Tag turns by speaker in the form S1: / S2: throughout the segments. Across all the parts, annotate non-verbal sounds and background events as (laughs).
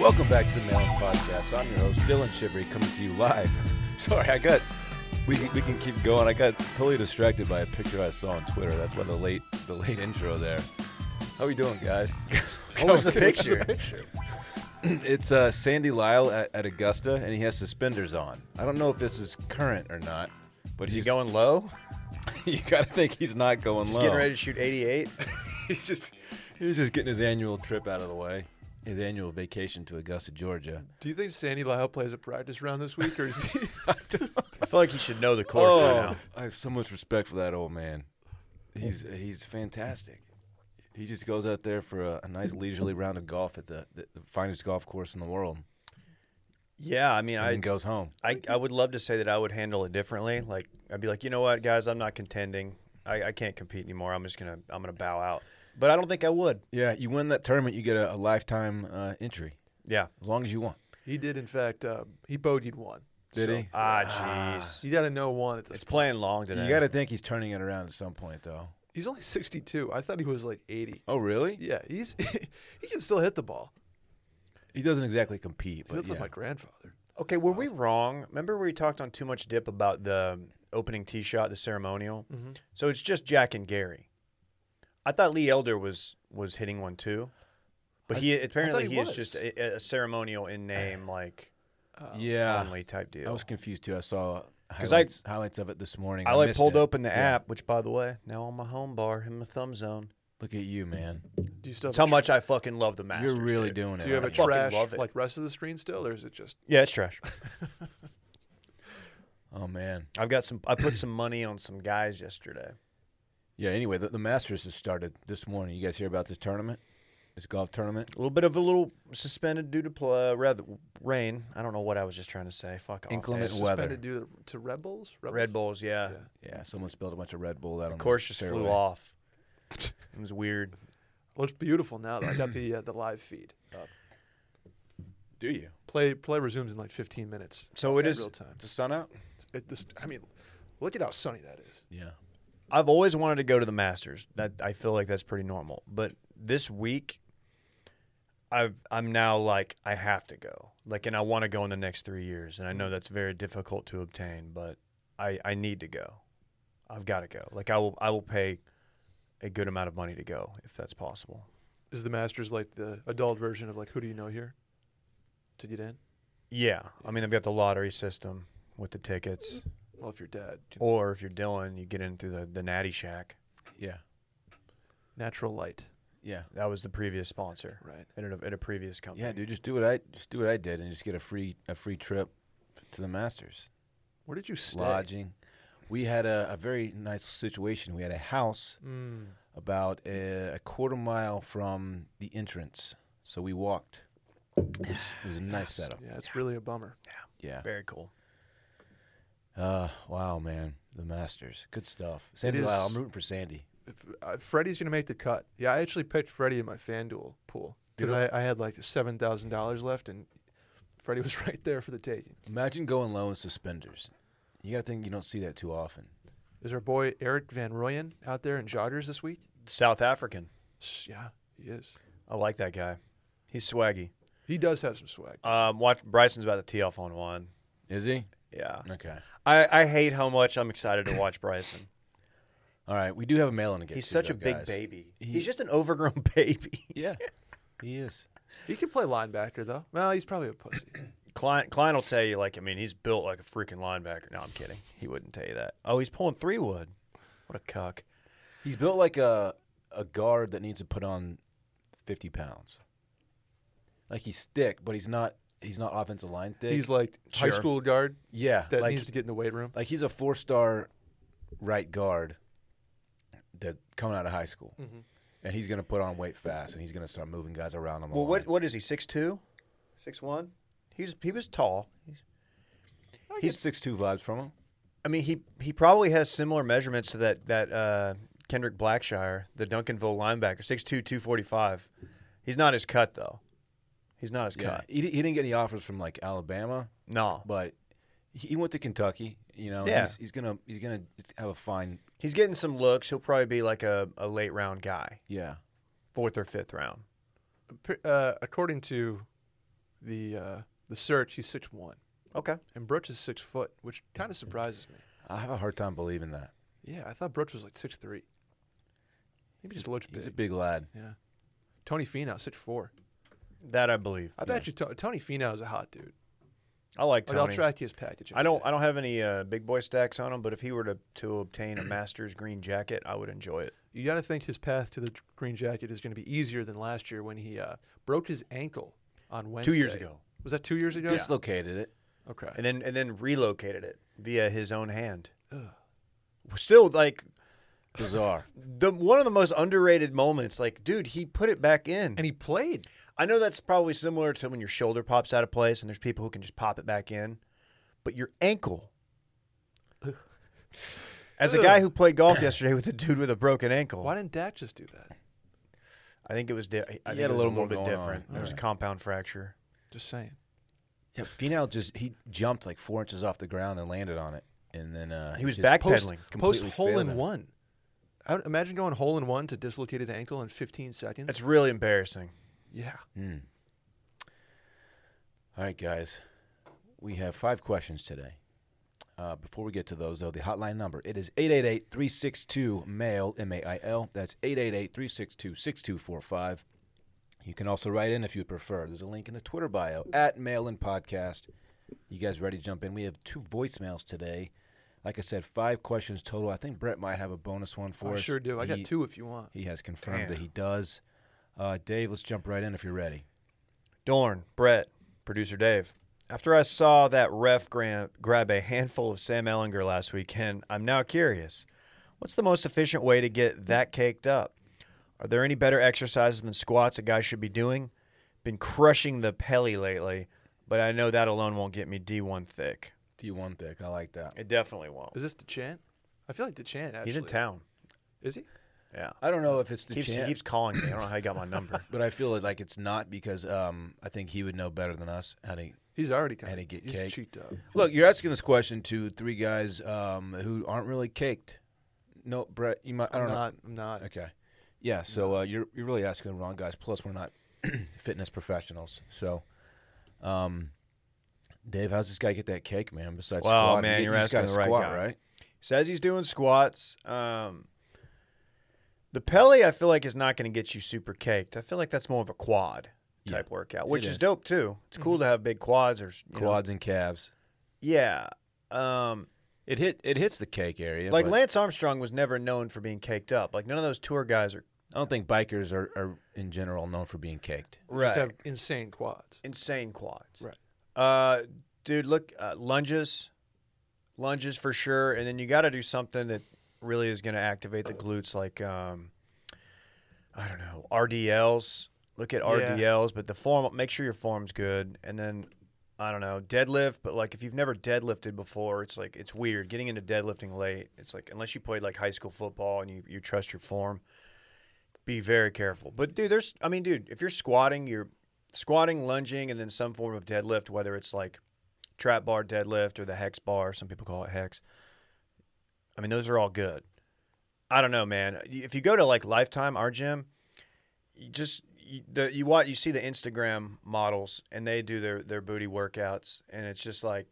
S1: Welcome back to the Mail Podcast. I'm your host, Dylan Shivery, coming to you live. (laughs) Sorry, I got. We, we can keep going. I got totally distracted by a picture I saw on Twitter. That's why the late the late intro there. How we doing, guys? (laughs)
S2: What was the picture?
S1: it's uh, Sandy Lyle at, at Augusta, and he has suspenders on. I don't know if this is current or not, but
S2: Is he
S1: he's
S2: going low?
S1: (laughs) You gotta think he's not going
S2: He's
S1: low.
S2: getting ready to shoot (laughs) 88.
S1: (laughs) he's just he's just getting his annual trip out of the way, his annual vacation to Augusta,
S2: (laughs)
S1: Georgia.
S3: Do you think Sandy Lyle plays a practice round this week, or is he?
S2: I feel like he should know the course by now.
S1: I have so much respect for that old man. He's he's fantastic. He just goes out there for a, a nice leisurely round of golf at the, the, the finest golf course in the world,
S2: Yeah, I mean,
S1: and
S2: I,
S1: then goes home.
S2: I I would love to say that I would handle it differently. Like I'd be like, you know what, guys, I'm not contending. I, I can't compete anymore. I'm just gonna I'm gonna bow out. But I don't think I would.
S1: Yeah, you win that tournament, you get a, a lifetime uh, entry
S2: Yeah.
S1: as long as you want.
S3: he did, in fact. Um, he bogeyed one.
S1: Did
S3: So,
S1: he?
S2: Ah, jeez.
S3: You got to know one at this.
S2: It's playing long today.
S1: You got to think he's turning it around at some point, though.
S3: He's only 62. I thought he was like 80.
S1: Oh, really?
S3: Yeah, he's (laughs) he can still hit the ball.
S1: He doesn't exactly compete,
S3: He
S1: but
S3: looks
S1: yeah.
S3: like my grandfather.
S2: Okay, were we wrong? Remember we talked on too much dip about the um, opening tee shot, the ceremonial.
S3: Mm-hmm.
S2: So it's just Jack and Gary. I thought Lee Elder was was hitting one too, but he apparently
S3: he
S2: he, is
S3: was.
S2: just a, a ceremonial in
S3: (sighs)
S2: name, like
S1: yeah.
S2: only type deal.
S1: I was confused too. I saw
S2: I-
S1: highlights, highlights of it this morning.
S2: I like
S1: missed
S2: pulled
S1: it.
S2: open the
S1: Yeah.
S2: app, which by the way, now on my home bar in my thumb zone.
S1: Look at you, man.
S3: Do you still
S2: That's
S3: have
S2: how
S3: a tr-
S2: much I fucking love the Masters.
S1: You're really
S2: dude.
S1: doing it.
S3: Do you have
S2: I
S3: a
S2: fucking
S3: trash
S2: love it.
S3: like rest of the screen still, or is it just?
S2: Yeah, it's trash.
S1: oh man.
S2: I've got some. I put some money on some guys yesterday.
S1: Yeah. Anyway, the, the Masters has started this morning. You guys hear about this tournament? This golf tournament?
S2: A little bit of a little suspended due to pl- uh, rather, rain. I don't know what I was just trying to say. Fuck off.
S1: Inclement
S2: dude.
S1: weather.
S3: Suspended due to, to Red Bulls.
S2: Red Bulls, yeah.
S3: Yeah.
S1: Yeah. Someone spilled a bunch of Red Bull out on
S2: Of course, just
S1: the
S2: flew
S1: fairway.
S2: off.
S3: (laughs)
S2: It was weird.
S3: Looks beautiful now. Though.
S2: (clears throat)
S3: I got the uh, the live feed. Up.
S1: Do you?
S3: Play play resumes in like 15 minutes.
S2: So it
S3: Yeah,
S2: is.
S3: real time.
S2: It's a sun out.
S3: It just, I mean, look at how sunny that is.
S1: Yeah.
S2: I've always wanted to go to the Masters. That I feel like that's pretty normal. But this week, I've I'm now like I have to go. Like, and I want to go in the next three years. And I know that's very difficult to obtain, but I I need to go. I've got to go. Like I will I will pay a good amount of money to go if that's possible.
S3: Is the Masters like the adult version of like Who Do You Know Here? To get in?
S2: Yeah, I mean they've got the lottery system with the tickets,
S3: Well, if you're dad, you know,
S2: or if you're Dylan, you get in through the the Natty Shack.
S1: Yeah.
S3: natural light,
S1: Yeah.
S2: That was the previous sponsor
S3: right?
S2: at a, at a previous company.
S1: Yeah, dude. Just do what I just do what I did and just get a free a free trip to the Masters.
S3: Where did you stay?
S1: Lodging. We had a, a very nice situation. We had a house
S3: Mm.
S1: about a, a quarter mile from the entrance. So we walked. It was, it was a nice setup.
S3: Yeah, it's really a bummer.
S1: Yeah.
S2: Very cool.
S1: Uh, wow, man. The Masters. Good stuff. Sandy
S3: is-
S1: Lyle. I'm rooting for Sandy.
S3: If, uh, Freddie's gonna make the cut. Yeah, I actually picked Freddie in my FanDuel pool because I, I had like seven thousand dollars left, and Freddie was (laughs) right there for the taking.
S1: Imagine going low in suspenders. You got to think you don't see that too often.
S3: Is our boy Eric Van Royen out there in joggers this week?
S2: South African.
S3: S- Yeah, he is.
S2: I like that guy. He's swaggy.
S3: He does have some swag.
S1: Uh,
S2: Um, watch Bryson's about to tee off on one.
S1: Is he?
S2: Yeah,
S1: Okay.
S2: I, I hate how much I'm excited to watch Bryson.
S1: All right. We do have a mail in to get
S2: He's
S1: to,
S2: such
S1: though,
S2: a big
S1: guys.
S2: baby.
S1: He-
S2: He's just an overgrown (laughs) baby.
S1: Yeah. He is.
S3: he can play linebacker though. Well, he's probably
S1: (clears throat)
S3: a pussy.
S2: Klein, Klein will tell you, like, I mean, he's built like a freaking linebacker. No, I'm kidding. He wouldn't tell you that. Oh, he's pulling three wood. What a cuck.
S1: He's built like a a guard that needs to put on 50 pounds. Like he's thick, but he's not he's not offensive line thick.
S3: He's like high
S2: Sure.
S3: school guard
S1: yeah,
S3: that
S1: like
S3: needs to get in the weight room.
S1: like he's a four star right guard that coming out of high school, and he's gonna put on weight fast, and he's gonna start moving guys around on the
S2: Well,
S1: line.
S2: what what is he? Six two, six one. He's he was tall.
S1: I get six two vibes from him.
S2: I mean, he he probably has similar measurements to that that uh, Kendrick Blackshire, the Duncanville linebacker, 6'2", 245. He's not his cut though. He's not his
S1: Yeah,
S2: cut.
S1: he, di- he didn't get any offers from like Alabama,
S2: No,
S1: but he he went to Kentucky. You know,
S2: Yeah.
S1: he's, he's gonna he's gonna have a fine.
S2: he's getting some looks. He'll probably be like a, a late round guy,
S1: Yeah,
S2: fourth or fifth round.
S3: P- Uh, according to the uh, the search, he's six one,
S2: Okay.
S3: and Brooch is six foot, which kind of surprises me.
S1: I have a hard time believing that.
S3: Yeah, I thought Brooch was like six three. Maybe just looks
S1: He's a
S3: big.
S1: big lad.
S3: Yeah. Tony Finau six four.
S2: That I believe.
S3: I bet you to- Tony Finau is a hot dude.
S2: I like
S3: Like, I'll
S2: Tony.
S3: track his package.
S2: I don't. I don't have any uh, big boy stacks on him, but if he were to, to obtain a Masters green jacket, I would enjoy it.
S3: You got to think his path to the dr- green jacket is going to be easier than last year when he uh, broke his ankle on Wednesday.
S2: Two years ago,
S3: Was that two years ago?
S1: Dislocated it.
S3: Okay.
S2: and then and then relocated it via his own hand.
S3: Ugh.
S2: Still, like (laughs)
S1: Bizarre.
S2: the one of the most underrated moments. Like, dude, he put it back in.
S3: And he played.
S2: I know that's probably similar to when your shoulder pops out of place, and there's people who can just pop it back in, but your
S3: (laughs)
S2: ankle. As a guy who played golf yesterday with a dude with a broken ankle,
S3: Why didn't Dak just do that?
S2: I think it was. Di- I think
S1: had a
S2: it was
S1: little
S2: a little
S1: more
S2: bit
S1: going on.
S2: different. It was a
S3: Alright.
S2: compound fracture.
S3: Just saying.
S1: yeah, Finau just he jumped like four inches off the ground and landed on it, and then uh,
S2: He was
S1: just
S2: backpedaling.
S1: post-
S3: Post
S1: completely
S3: hole
S1: failed
S3: in
S1: him.
S3: one. I would imagine going hole in one to dislocated ankle in 15 seconds.
S2: That's really embarrassing.
S3: yeah.
S1: Hmm. All right, guys. We have five questions today. Uh, before we get to those, though, the hotline number, it is 888-362-MAIL, M-A-I-L. That's 888-362-6245. You can also write in if you prefer. There's a link in the Twitter bio, at Mail In Podcast. You guys ready to jump in? We have two voicemails today. Like I said, five questions total. I think Brett might have a bonus one for
S3: I
S1: us.
S3: sure do. I
S1: He-
S3: got two if you want.
S1: He has confirmed that
S2: Damn.
S1: he does. Uh, Dave, let's jump right in if you're ready.
S2: Dorn, Brett, producer Dave. After I saw that ref gra- grab a handful of Sam Ellinger last weekend, I'm now curious. What's the most efficient way to get that caked up? Are there any better exercises than squats a guy should be doing? Been crushing the pelly lately, but I know that alone won't get me D1 thick.
S1: D1 thick. I like that.
S2: It definitely won't.
S3: Is this the chant? I feel like the chant, actually.
S2: He's in town.
S3: Is he?
S2: Yeah.
S1: I don't know if it's the
S2: Keeps, he
S1: chant,
S2: keeps calling me. I don't know how he got my number.
S1: but I feel like it's not because um, I think he would know better than us how to.
S3: He's already kind
S1: Had to
S3: of
S1: get
S3: he's
S1: cake.
S3: cheeked up.
S1: Look, you're asking this question to three guys um, who aren't really caked. No, Brett, you might. I
S3: I'm
S1: don't
S3: not. I'm not.
S1: know. Okay, yeah. So uh, you're you're really asking the wrong guys. Plus, we're not (clears throat) fitness professionals. So, um, Dave, how's this guy get that cake, man? Besides,
S2: Wow,
S1: squat?
S2: man,
S1: You-
S2: you're
S1: you just gotta
S2: asking the right
S1: squat,
S2: guy.
S1: right?
S2: says he's doing squats. Um, the Pele, I feel like, is not going to get you super caked. I feel like that's more of a quad
S1: Yeah,
S2: type workout, which
S1: it
S2: is.
S1: is. Mm-hmm.
S2: dope too. It's cool to have big quads or you know-
S1: Quads and calves.
S2: yeah, um,
S1: It hit. It hits the cake area.
S2: like
S1: but
S2: Lance Armstrong was never known for being caked up. Like none of those tour guys are
S1: I don't think bikers are, are in general known for being caked.
S3: Just have insane quads.
S2: insane quads.
S3: Right.
S2: Uh, dude, look, uh, lunges, lunges for sure, and then you got to do something that really is going to activate the glutes, like um, I don't know, RDLs. Look at RDLs, but the form. Make sure your form's good, and then I don't know, deadlift. But like, if you've never deadlifted before, it's like it's weird getting into deadlifting late. It's like unless you played like high school football and you you trust your form, be very careful. But dude, there's I mean, dude, if you're squatting, you're squatting, lunging, and then some form of deadlift, whether it's like trap bar deadlift or the hex bar, some people call it hex. I mean, those are all good. I don't know, man. If you go to like Lifetime, our gym, you just you, the, you watch, you see the Instagram models, and they do their their booty workouts, and it's just like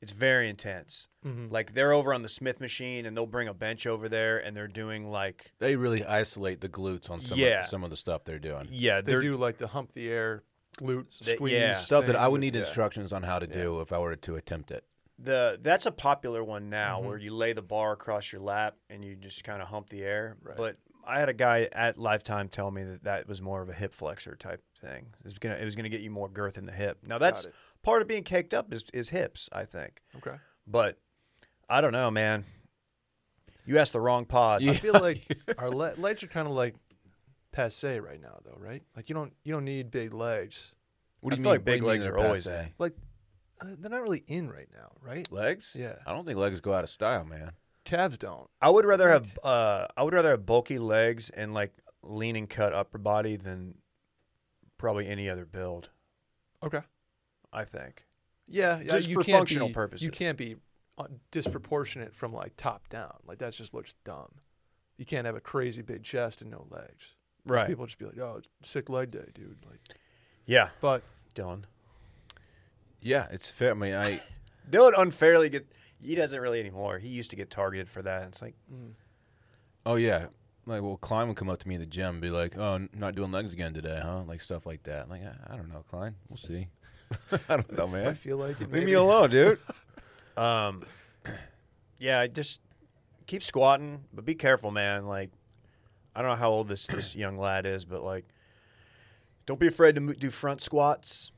S2: it's very intense.
S3: Mhm.
S2: Like they're over on the Smith machine, and they'll bring a bench over there, and they're doing like
S1: They really isolate the glutes on some
S2: Yeah.
S1: of, some of the stuff they're doing.
S2: yeah,
S3: They
S2: they're
S3: do like the hump the air, glute
S2: They-
S3: squeeze.
S2: yeah.
S1: Stuff that I would
S3: thing.
S1: need
S3: Yeah.
S1: instructions on how to do if I were to attempt it.
S2: The that's a popular one now,
S3: Mm-hmm.
S2: where you lay the bar across your lap and you just kind of hump the air.
S3: Right.
S2: But I had a guy at Lifetime tell me that that was more of a hip flexor type thing. It was gonna it was gonna get you more girth in the hip. Now that's
S3: it.
S2: part of being caked up is is hips, I think.
S3: Okay.
S2: But I don't know, man. You asked the wrong pod.
S3: I feel like our le- legs are kind of like passe right now, though, right? Like you don't you don't need big legs.
S1: What
S2: I
S1: do you
S2: feel
S1: mean?
S2: like big
S1: what do you
S2: legs
S1: mean
S2: are
S1: they're
S2: always
S1: passe?
S3: Like uh, they're not really in right now, right?
S1: legs.
S3: Yeah.
S1: I don't think legs go out of style, man.
S3: Calves don't.
S2: I would rather have uh, I would rather have bulky legs and like lean and cut upper body than probably any other build.
S3: Okay.
S2: I think.
S3: Yeah, yeah
S2: Just
S3: you
S2: for
S3: can't
S2: functional
S3: be,
S2: purposes.
S3: You can't be uh, disproportionate from like top down. Like that just looks dumb. You can't have a crazy big chest and no legs. 'Cause
S2: Right.
S3: People just be like, "Oh, it's sick leg day, dude." Like,
S2: Yeah.
S3: but
S2: Dylan.
S1: Yeah, it's fair. I mean, I (laughs)
S2: Dylan unfairly get. He doesn't really anymore. He used to get targeted for that. It's like
S1: oh yeah, like well, Klein would come up to me in the gym, and be like, "Oh, n- not doing legs again today, huh?" Like stuff like that. Like I, I don't know, Klein. We'll see. (laughs) I don't know,
S3: I
S1: man.
S3: feel like it.
S1: Leave
S3: maybe.
S1: me alone, dude.
S2: Um, (clears throat) yeah, I just keep squatting, but be careful, man. Like, I don't know how old this (clears throat) this young lad is, but like, don't be afraid to mo- do front squats.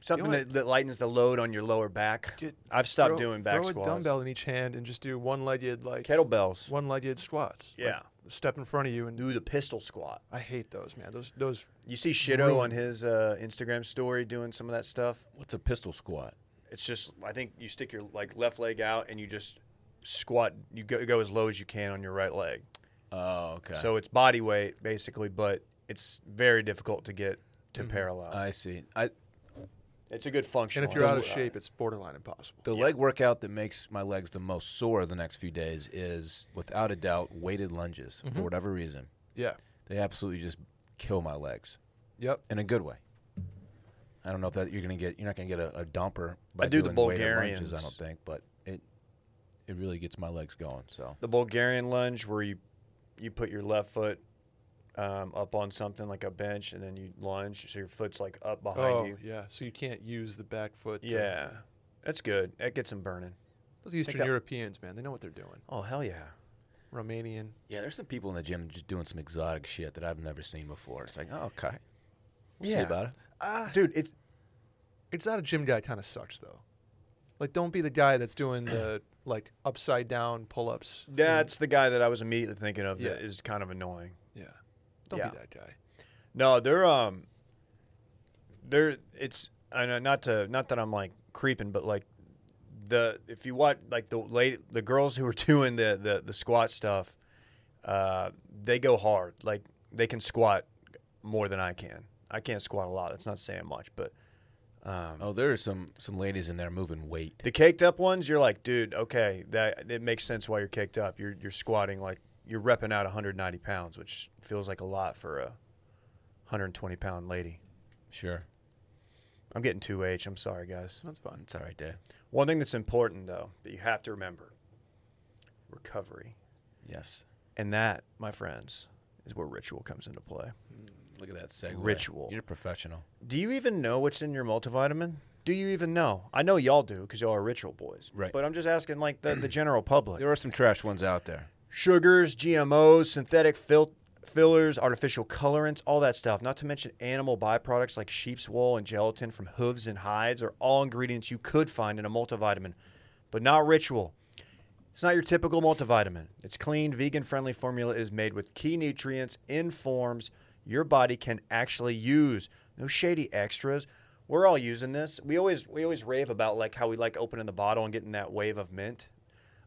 S2: Something
S3: what?
S2: that, that lightens the load on your lower back.
S3: Get-
S2: I've stopped
S3: throw-
S2: doing back
S3: throw
S2: squats.
S3: a dumbbell in each hand and just do one-legged like
S2: Kettlebells.
S3: one-legged squats. Like,
S2: Yeah.
S3: step in front of you and
S2: Do the pistol squat.
S3: I hate those, man. Those those
S2: You see Shido
S3: Really?
S2: on his uh, Instagram story doing some of that stuff.
S1: What's a pistol squat?
S2: It's just I think you stick your like left leg out and you just squat. You go, go as low as you can on your right leg.
S1: Oh, okay.
S2: So it's body weight basically, but it's very difficult to get to
S3: Mm-hmm.
S2: parallel.
S1: I see. I
S2: it's a good function.
S3: Uh, and if you're out of shape, it's borderline impossible.
S1: the leg workout that makes my legs the most sore the next few days is without a doubt weighted lunges for whatever reason.
S3: Yeah.
S1: They absolutely just kill my legs
S3: Yep.
S1: in a good way. I don't know if that you're gonna get. You're not gonna get a, a dumper. By
S2: I do the
S1: doing weighted lunges, I
S2: Bulgarians.
S1: don't think, but it it really gets my legs going. So
S2: the Bulgarian lunge, where you you put your left foot um, up on something like a bench, and then you lunge, so your foot's like up behind
S3: Oh
S2: you.
S3: yeah. So you can't use the back foot. to-
S2: Yeah, that's good. That gets them burning.
S3: Those Eastern
S2: that-
S3: Europeans, man, they know what they're doing.
S2: Oh hell yeah!
S3: Romanian.
S1: yeah, there's some people in the gym just doing some exotic shit that I've never seen before. It's like, oh, okay, We'll see
S2: Yeah. Ah.
S1: about it.
S2: Dude, it's
S3: It's not a gym guy kind of sucks though. Like, don't be the guy that's
S1: (clears throat)
S3: doing the like upside down pull ups.
S2: that's the guy that I was immediately thinking of. That
S3: Yeah.
S2: is kind of annoying.
S3: Yeah. Don't
S2: Yeah.
S3: be that guy.
S2: No, they're um, they're it's I know not to not that I'm like creeping, but like the if you watch like the late the girls who are (laughs) doing the the the squat stuff, uh, they go hard. Like they can squat more than I can. I can't squat a lot. That's not saying much, but um,
S1: Oh, there are some some ladies in there moving weight.
S2: the caked up ones, you're like, dude, okay, that it makes sense why you're caked up. You're you're squatting like you're repping out 190 pounds, which feels like a lot for a 120 pound lady.
S1: Sure,
S2: I'm getting 2H. I'm sorry, guys.
S3: That's fun.
S1: it's all right, Dave.
S2: One thing that's important, though, that you have to remember recovery.
S1: Yes,
S2: And that, my friends, is where ritual comes into play.
S1: look at that segue.
S2: Ritual.
S1: You're professional.
S2: Do you even know what's in your multivitamin? Do you even know? I know y'all do because y'all are ritual boys.
S1: Right.
S2: But I'm just asking, like, the, the general public
S1: There are some trash ones out there.
S2: sugars, GMOs, synthetic fil- fillers, artificial colorants, all that stuff. Not to mention animal byproducts like sheep's wool and gelatin from hooves and hides are all ingredients you could find in a multivitamin, but not ritual. It's not your typical multivitamin. Its clean, vegan friendly formula is made with key nutrients in forms your body can actually use. No shady extras. We're all using this. We always we always rave about like how we like opening the bottle and getting that wave of mint.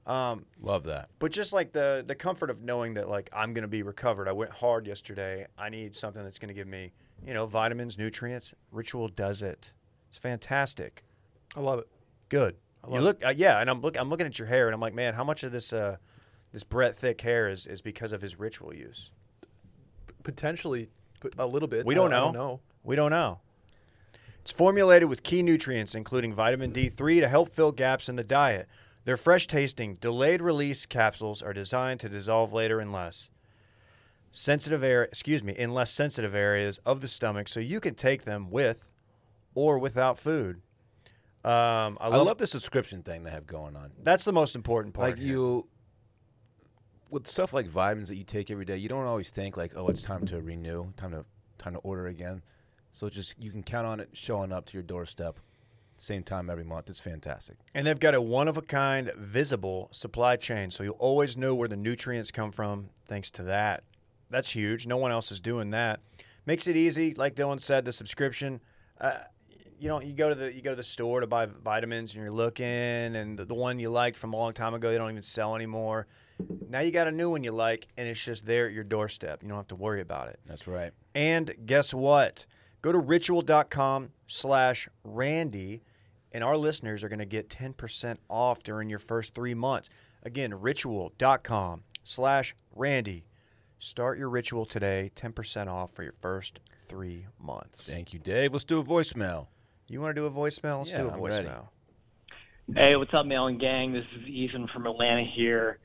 S2: Um,
S1: Love that.
S2: but just like the the comfort of knowing that like I'm gonna be recovered. I went hard yesterday. I need something that's gonna give me, you know, vitamins, nutrients. Ritual does it. It's fantastic.
S3: I love it.
S2: Good. You
S3: love
S2: look, uh, yeah, and I'm look, I'm looking at your hair, and I'm like, man, how much of this uh, this Brett thick hair is is because of his ritual use?
S3: Potentially, but a little bit.
S2: We
S3: I-
S2: don't
S3: I
S2: know.
S3: don't know.
S2: We don't know. It's formulated with key nutrients, including vitamin D3, to help fill gaps in the diet. Their fresh tasting, delayed release capsules are designed to dissolve later in less sensitive air, excuse me, in less sensitive areas of the stomach, so you can take them with or without food. Um,
S1: I
S2: I, love,
S1: love, the subscription thing they have going on.
S2: that's the most important part.
S1: Like
S2: here.
S1: you, with stuff like vitamins that you take every day, you don't always think like, oh, it's time to renew, time to time to order again. So it's just you can count on it showing up to your doorstep, same time every month. It's fantastic.
S2: And they've got a one of a kind, visible supply chain. So you'll always know where the nutrients come from thanks to that. That's huge. No one else is doing that. Makes it easy. Like Dylan said, the subscription. Uh, you know, you go to the you go to the store to buy vitamins, and you're looking, and the, the one you liked from a long time ago, they don't even sell anymore. Now you got a new one you like, and it's just there at your doorstep. You don't have to worry about it.
S1: That's right.
S2: And guess what? Go to ritual.com slash Randy, and our listeners are going to get 10% off during your first three months. Again, ritual.com slash Randy. Start your ritual today, 10% off for your first three months.
S1: Thank you, Dave. Let's do a voicemail.
S2: You want to do a voicemail? Let's do
S1: Yeah,
S2: a
S1: I'm ready.
S2: voicemail.
S4: Hey, what's up, Mail and Gang? This is Ethan from Atlanta here.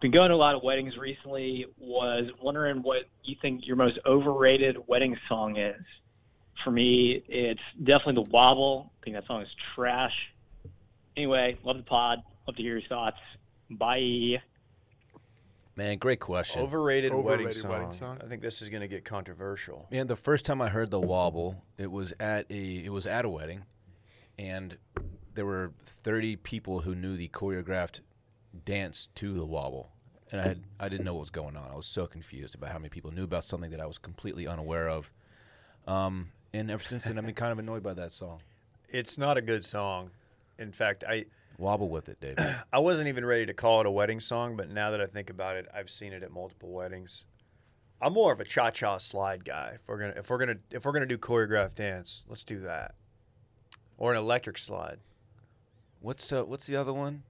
S4: Been going to a lot of weddings recently. Was wondering what you think your most overrated wedding song is. For me, it's definitely the Wobble. I think that song is trash. Anyway, love the pod. Love to hear your thoughts. Bye.
S1: Man, great question.
S2: Overrated, wedding,
S3: Overrated
S2: song.
S3: wedding song.
S2: I think this is going to get controversial.
S1: Man, the first time I heard the wobble, it was at a it was at a wedding, and there were thirty people who knew the choreographed dance to the wobble, and I had, I didn't know what was going on. I was so confused about how many people knew about something that I was completely unaware of. Um, and ever since then, I've been kind of annoyed by that song.
S2: It's not a good song. In fact, I
S1: Wobble with it, David.
S2: I wasn't even ready to call it a wedding song, but now that I think about it, I've seen it at multiple weddings. I'm more of a cha-cha slide guy. If we're gonna if we're gonna if we're gonna do choreographed dance, let's do that. Or an electric slide.
S1: What's uh, what's the other one?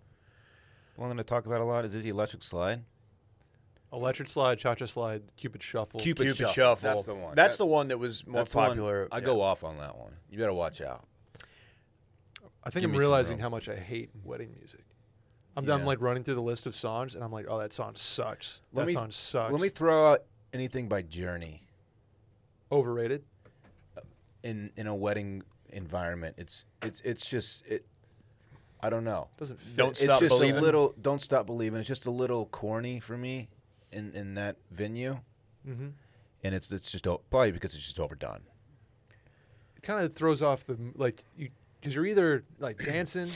S1: The one I'm going to talk about a lot is it the electric slide?
S3: Electric slide, cha cha slide, Cupid shuffle.
S1: Cupid
S2: Cupid
S1: Shuffle.
S2: shuffle.
S1: That's the one.
S2: That's
S1: That-
S2: the one that was more
S1: That's the one-
S2: popular.
S1: I go off on that one. You better watch out.
S3: I think
S1: Give
S3: I'm
S1: me some
S3: realizing
S1: room.
S3: how much I hate wedding music. I'm,
S1: Yeah.
S3: I'm like running through the list of songs, and I'm like, oh, that song sucks.
S1: Let
S3: that
S1: me-
S3: song sucks.
S1: Let me throw out anything by Journey.
S3: overrated.
S1: in in a wedding environment it's it's it's just it i don't know
S3: Doesn't fit.
S2: Don't
S1: it's
S2: stop
S1: just a
S2: believing.
S1: little don't stop believing it's just a little corny for me in in that venue
S3: Mm-hmm.
S1: and it's it's just o- probably because it's just overdone
S3: It kind of throws off the like you because you're either like dancing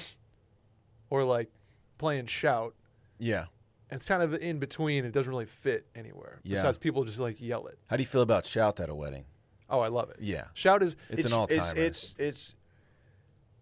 S3: or like playing shout.
S1: yeah
S3: And it's kind of in between. It doesn't really fit anywhere.
S1: Yeah.
S3: Besides, people just like yell it.
S1: how do you feel about shout at a wedding
S3: Oh, I love it.
S1: yeah
S3: Shout is
S1: it's, an all-timer
S2: It's it's it's,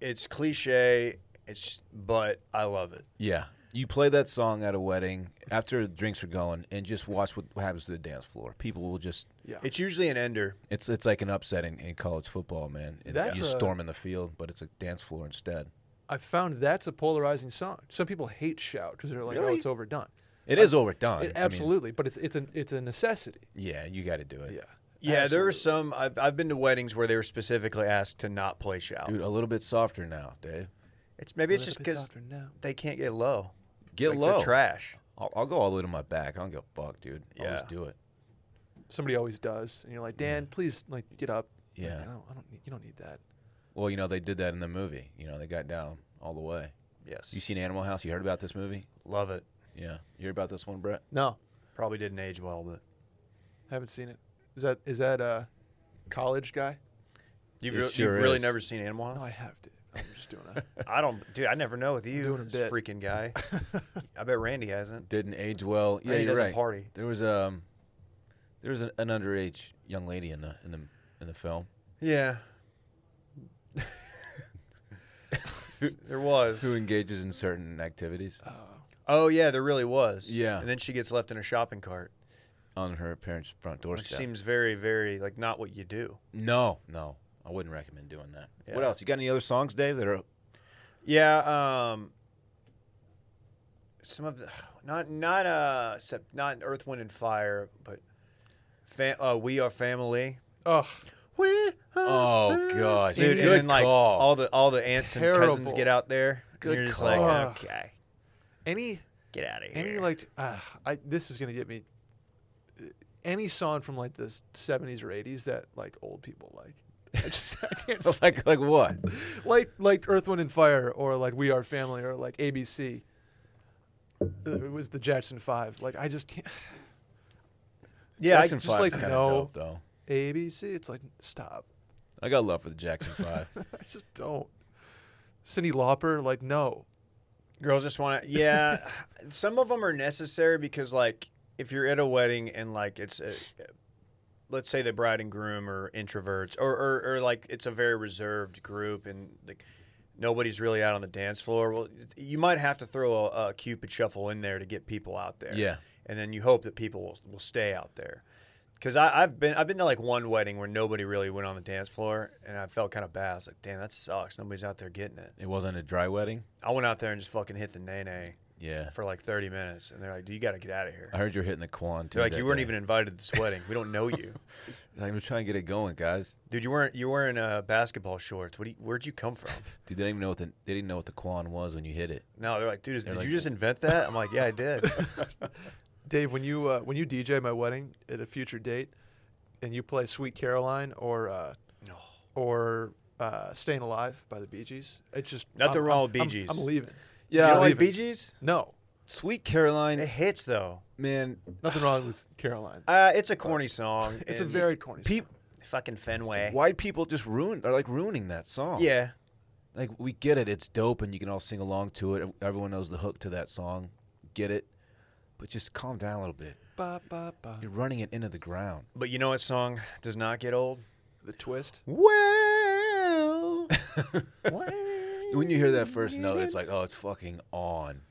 S2: it's cliche. It's but I love it.
S1: yeah you play that song at a wedding after drinks are going and just watch what happens to the dance floor people will just
S3: yeah.
S2: It's usually an ender.
S1: it's it's like an upset in, in college football man and
S3: That's
S1: you
S3: a-
S1: storm in the field but it's a dance floor instead
S3: I found that's a polarizing song. Some people hate shout because they're like, oh,
S1: Really?
S3: it's overdone.
S1: It is overdone I mean,
S3: It- absolutely, but it's it's a it's a necessity.
S1: yeah you got to do it
S3: Yeah.
S2: Yeah, there
S3: Absolutely.
S2: are some. I've I've been to weddings where they were specifically asked to not play shout.
S1: Dude, a little bit softer now, Dave.
S2: It's maybe it's just
S3: Little bit
S2: because
S3: softer now.
S2: they can't get low.
S1: Get
S2: Like, they're
S1: low.
S2: Trash.
S1: I'll, I'll go all the way to my back. I don't give a fuck, dude. I'll
S2: Yeah.
S1: just do it.
S3: somebody always does, and you're like, Dan, please like get up. Like,
S1: Yeah.
S3: I don't, I don't need, you don't need that.
S1: Well, you know, they did that in the movie. You know, they got down all the way.
S2: Yes.
S1: You seen Animal House? You heard about this movie?
S2: Love it.
S1: Yeah. You heard about this one, Brett?
S3: No,
S2: Probably didn't age well, but
S3: haven't seen it. Is that is that a college guy?
S2: you've,
S1: It
S2: re-
S1: sure
S2: you've really
S1: is.
S2: never seen Animal
S3: No,
S2: House.
S3: Oh, I have to. I'm just doing (laughs) that.
S2: I don't, dude. I never know with you,
S3: doing a
S2: this
S3: bit.
S2: freaking
S3: (laughs)
S2: guy. I bet Randy hasn't.
S1: Didn't age well. Yeah,
S2: Randy
S1: you're
S2: doesn't
S1: right.
S2: party.
S1: There was um, there was an, an underage young lady in the in the in the film
S2: Yeah. (laughs) there was.
S1: who engages in certain activities
S3: uh,
S2: Oh yeah, there really was.
S1: Yeah.
S2: And then she gets left in a shopping cart,
S1: on her parents' front
S2: which
S1: doorstep.
S2: seems very, very like not what you do.
S1: no, no, I wouldn't recommend doing that. What
S2: Yeah.
S1: else? You got any other songs, Dave? That are
S2: Yeah. Um. Some of the (sighs) not not uh sep- not Earth Wind and Fire, but fa- uh, we are family.
S3: Ugh,
S2: We
S1: oh gosh, good
S2: dude, and then, like
S1: call. (laughs)
S2: all (laughs) the all the aunts and cousins
S3: Terrible.
S2: get out there.
S3: Good
S2: and you're just
S3: call.
S2: like, okay,
S3: any
S2: get out of here.
S3: any like uh, I this is gonna get me. uh, Any song from like the s- 70s or 80s that like old people like. I just I can't s-
S1: like like what? (laughs)
S3: like like Earth Wind and Fire or like We Are Family or like ABC. Uh, It was the Jackson Five. Like I just can't. (sighs)
S2: yeah, I,
S3: Jackson- just like,
S1: kinda
S3: no.
S1: dope, though.
S3: ABC. It's like stop.
S1: I got love for the Jackson
S2: (laughs)
S1: Five.
S3: I just don't. Cindy Lauper, like no.
S2: girls just want to. Yeah, (laughs) some of them are necessary because like if you're at a wedding and like it's a, let's say the bride and groom are introverts or, or or like it's a very reserved group and like nobody's really out on the dance floor. Well, you might have to throw a, a cupid shuffle in there to get people out there.
S1: yeah,
S2: and then you hope that people will, will stay out there. Because I've been I've been to like one wedding where nobody really went on the dance floor, and I felt kind of bad. I was like, damn, that sucks. Nobody's out there getting it.
S1: it wasn't a dry wedding.
S2: I went out there and just fucking hit the nay nay.
S1: Yeah.
S2: for like 30 minutes, and they're like, "Dude, you got to get out of here."
S1: I heard you're hitting the quan too.
S2: They're like,
S1: that
S2: "You weren't
S1: day.
S2: even invited to this wedding. We don't know
S1: (laughs)
S2: you,
S1: Like, I'm just trying to get it going, guys.
S2: dude. You weren't. You were in uh, basketball shorts. What? Do you, where'd you come from?"
S1: Dude, they didn't even know what the they didn't know what the quan was when you hit it.
S2: No, they're like, "Dude, is,
S1: They're
S2: did
S1: like-
S2: you just invent that?" I'm like, "Yeah,
S1: (laughs)
S2: I did."
S3: Dave, when you uh, when you DJ my wedding at a future date, and you play "Sweet Caroline" or uh,
S2: No.
S3: or uh, "Staying Alive" by the Bee Gees, it's just
S2: Nothing
S3: I'm-
S2: wrong
S3: I'm-
S2: with Bee
S3: I'm-
S2: Gees.
S3: I'm, leaving.
S2: you
S1: Yeah,
S2: don't like
S3: leaving.
S2: Bee Gees?
S3: No,
S1: Sweet
S2: It
S1: Caroline,
S2: hits though.
S1: man.
S3: nothing wrong with Caroline.
S2: Uh, it's a corny song.
S3: (laughs) It's a
S2: and
S3: very corny.
S1: Peep,
S3: song.
S2: fucking Fenway.
S1: why people just ruin are like ruining that song?
S2: Eh. Yeah,
S1: like we get it. It's dope, and you can all sing along to it. Everyone knows the hook to that song. Get it, but just calm down a little bit.
S3: Ba, ba, ba.
S1: You're running it into the ground.
S2: but you know what song does not get old? (laughs)
S3: The twist.
S1: Well, (laughs) when you hear that first note, it's like, oh, it's fucking on.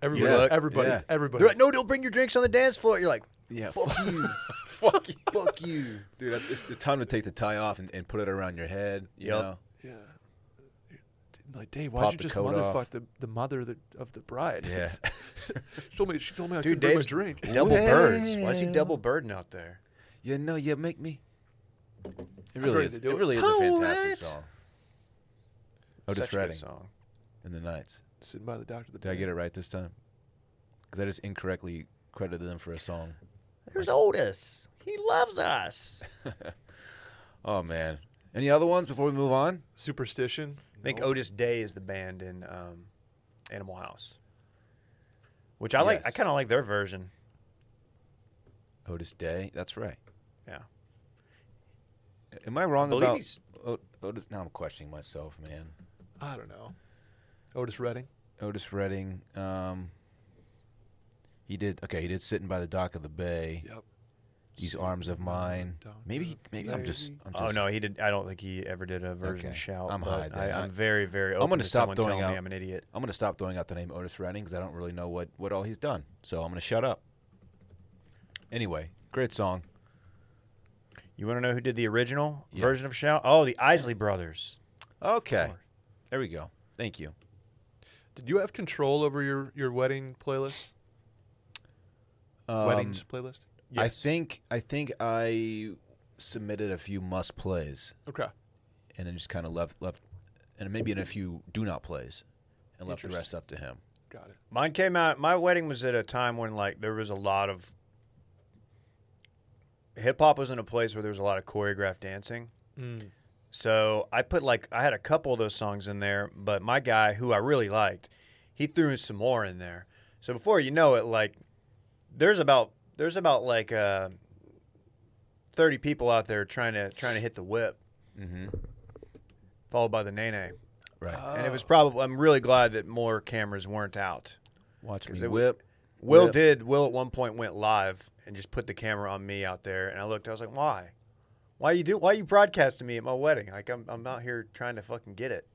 S3: Everybody,
S1: Yeah.
S3: everybody,
S1: Yeah.
S3: everybody.
S2: They're like, "No, don't bring your drinks on the dance floor." You're like,
S1: Yeah, (laughs)
S2: "Fuck you."
S1: fuck you, fuck you, dude. That's, it's the time to take the tie off and, and put it around your head. You
S2: Yup.
S1: know?
S3: Yeah. Like, Dave,
S1: Pop
S3: why'd you
S1: the
S3: just
S1: coat off.
S3: motherfuck the, the mother of the, of the bride?
S1: yeah.
S3: she told me. She told me I
S2: Dude,
S3: could bring my
S2: Dave's
S3: drink.
S2: double
S1: Well.
S2: birds. Why is he double birding out there?
S1: Yeah, no, yeah, make me. It really
S3: ready
S1: is.
S3: to
S1: It,
S3: do it.
S1: really is a fantastic
S2: Alright.
S1: song. Oh,
S2: Such
S1: just
S2: a good
S1: Redding
S2: song.
S1: in the Nights.
S3: Sitting by the doctor. The
S1: Did I get it right this time? Because I just incorrectly credited them for a song.
S2: There's Otis. He loves us.
S1: Oh man. Any other ones before we move on?
S3: Superstition.
S2: I think
S3: No.
S2: Otis Day is the band in um, Animal House, which I like. I
S1: Yes.
S2: kind of like their version.
S1: Otis Day. That's right.
S2: Yeah,
S1: Am I wrong
S2: believe
S1: about
S2: he's-
S1: o- Otis? Now I'm questioning myself, man.
S3: I don't know. Otis Redding.
S1: Otis Redding. Um, he did okay. He did sitting by the dock of the bay.
S3: Yep.
S1: These arms of mine.
S3: Dock of
S1: Maybe. he- Maybe I'm just.
S3: Bay.
S1: I'm just
S2: Oh no, he did. I don't think he ever did a version
S1: Okay.
S2: shout.
S1: I'm
S2: but
S1: high then.
S2: I,
S1: I-
S2: am very, very. Open
S1: I'm gonna
S2: to
S1: stop
S2: someone
S1: throwing
S2: telling
S1: out-
S2: Me I'm an idiot.
S1: I'm going to stop throwing out the name Otis Redding because I don't really know what, what all he's done. So I'm going to shut up. Anyway, great song.
S2: You want to know who did the original
S1: Yeah.
S2: version of shout? Oh, the Isley Brothers.
S1: Okay.
S2: course.
S1: There we go. Thank you.
S3: Did you have control over your your wedding playlist?
S1: Um,
S3: Weddings playlist.
S1: I
S2: Yes.
S1: think I think I submitted a few must plays
S3: Okay.
S1: and then just kind of left left and maybe in a few do not plays and left the
S3: Interesting.
S1: rest up to him.
S3: Got it.
S2: Mine came out. My wedding was at a time when like there was a lot of hip hop was in a place where there was a lot of choreographed dancing.
S3: Mm.
S2: So I put like I had a couple of those songs in there, but my guy who I really liked, he threw some more in there. So before you know it, like there's about there's about like uh, thirty people out there trying to trying to hit the whip,
S1: Mm-hmm.
S2: followed by the nene,
S1: Right.
S2: and it was probably I'm really glad that more cameras weren't out.
S1: Watch
S2: 'Cause
S1: me
S2: it w-
S1: whip.
S2: Will
S1: Whip.
S2: did. Will at one point went live and just put the camera on me out there, and I looked. I was like, "Why? Why you do? Why you broadcasting me at my wedding? Like I'm I'm out here trying to fucking get it."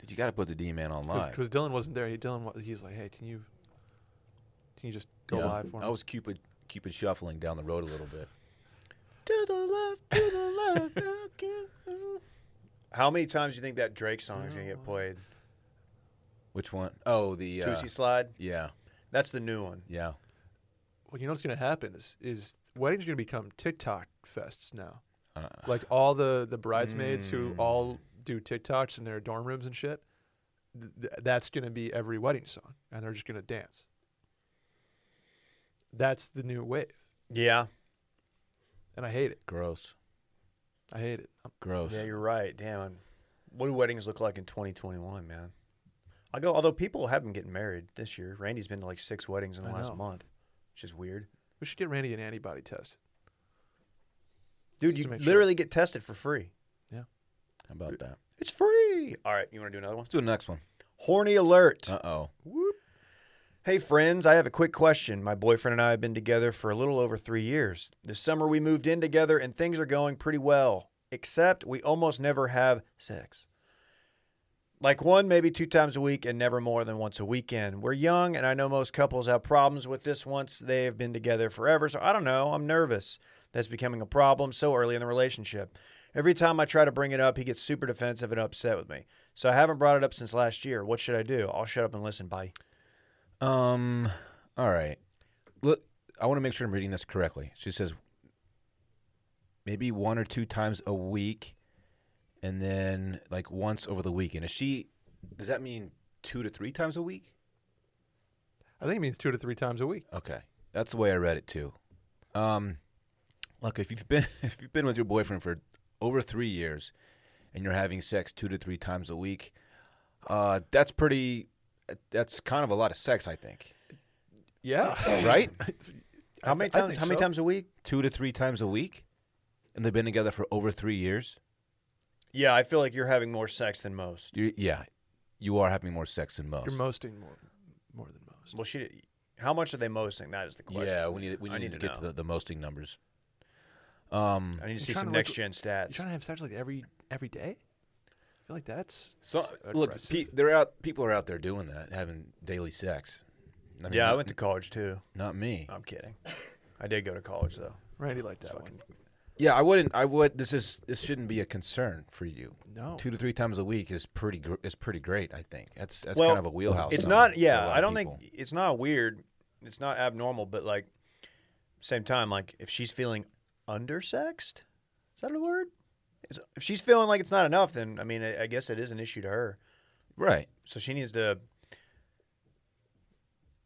S1: Dude, you got to put the D man on live.
S3: Because Dylan wasn't there. He Dylan. wa- He's like, hey, can you can you just go
S1: Yeah.
S3: live for me?
S1: I was Cupid Cupid shuffling down the road a little bit.
S2: (laughs) To the left, to the left. How many times do you think that Drake song is gonna
S3: Mm.
S2: get played?
S1: Which one? Oh, the uh,
S2: Tootsie Slide.
S1: yeah,
S2: That's the new one.
S1: yeah.
S3: well, you know what's gonna happen is is weddings are gonna become TikTok fests now.
S1: Uh,
S3: Like all the the bridesmaids who
S1: Mm.
S3: all do TikToks in their dorm rooms and shit. Th- th- that's gonna be every wedding song, and they're just gonna dance. That's the new wave,
S2: Yeah.
S3: and I hate it.
S1: Gross.
S3: I hate it. I'm-
S1: Gross.
S2: Yeah, you're right. Damn. What do weddings look like in 2021, man? I go. Although people have been getting married this year. Randy's been to like six weddings in the
S3: I
S2: last
S3: know.
S2: month, which is weird.
S3: We should get Randy an antibody test.
S2: Dude,
S3: Just
S2: you
S3: to make sure.
S2: literally get tested for free.
S1: How about that?
S2: It's free. All right, you want to do another one?
S1: Let's do the next one.
S2: Horny alert.
S1: Uh oh.
S2: Hey, friends, I have a quick question. My boyfriend and I have been together for a little over three years. This summer we moved in together and things are going pretty well, except we almost never have sex. Like one, maybe two times a week, and never more than once a weekend. We're young, and I know most couples have problems with this once they've been together forever, so I don't know. I'm nervous. That's becoming a problem so early in the relationship. Every time I try to bring it up, he gets super defensive and upset with me. So I haven't brought it up since last year. What should I do? I'll shut up and listen. Bye.
S1: Um. All right. Look, I want to make sure I'm reading this correctly. She says maybe one or two times a week, and then like once over the weekend. Is she? Does that mean two to three times a week?
S3: I think it means two to three times a week.
S1: Okay, that's the way I read it too. Um, look, if you've been (laughs) if you've been with your boyfriend for over three years, and you're having sex two to three times a week, uh, that's pretty. That's kind of a lot of sex, I think.
S3: (laughs) Yeah.
S1: Right?
S2: How many
S3: I
S2: times?
S3: think
S2: How many
S3: so.
S2: times a week?
S1: two to three times a week, and they've been together for over three years.
S2: Yeah, I feel like you're having more sex than most.
S1: You, yeah, you are having more sex than most.
S3: You're mosting more more than most.
S2: Well, she. How much are they mosting? That is the question.
S1: yeah, we need we
S2: I
S1: need, to, get to
S2: know.
S1: the, the mosting numbers. Um,
S2: I need to see
S3: trying
S2: some
S3: to, like,
S2: next gen
S3: You're
S2: stats.
S3: trying to have sex like every every day? I feel like that's
S1: so
S3: that's
S1: look,
S3: aggressive.
S1: pe- they're out. People are out there doing that, having daily sex. I mean,
S2: yeah, I
S1: not-
S2: went to college too.
S1: Not me.
S2: I'm kidding. I did go to college though.
S3: Randy liked that
S2: Fucking-
S3: one.
S1: Yeah, I wouldn't. I would. This is. This shouldn't be a concern for you.
S3: No.
S1: Two to three times a week is pretty. Gr- is pretty great. I think that's that's
S2: Well,
S1: kind of a wheelhouse.
S2: It's
S1: zone
S2: not.
S1: for a
S2: Yeah,
S1: lot
S2: I
S1: of
S2: don't
S1: people.
S2: think it's not weird. It's not abnormal, but like same time, like if she's feeling undersexed, is that a word? Is- If she's feeling like it's not enough, then I mean, I I guess it is an issue to her.
S1: right.
S2: So she needs to.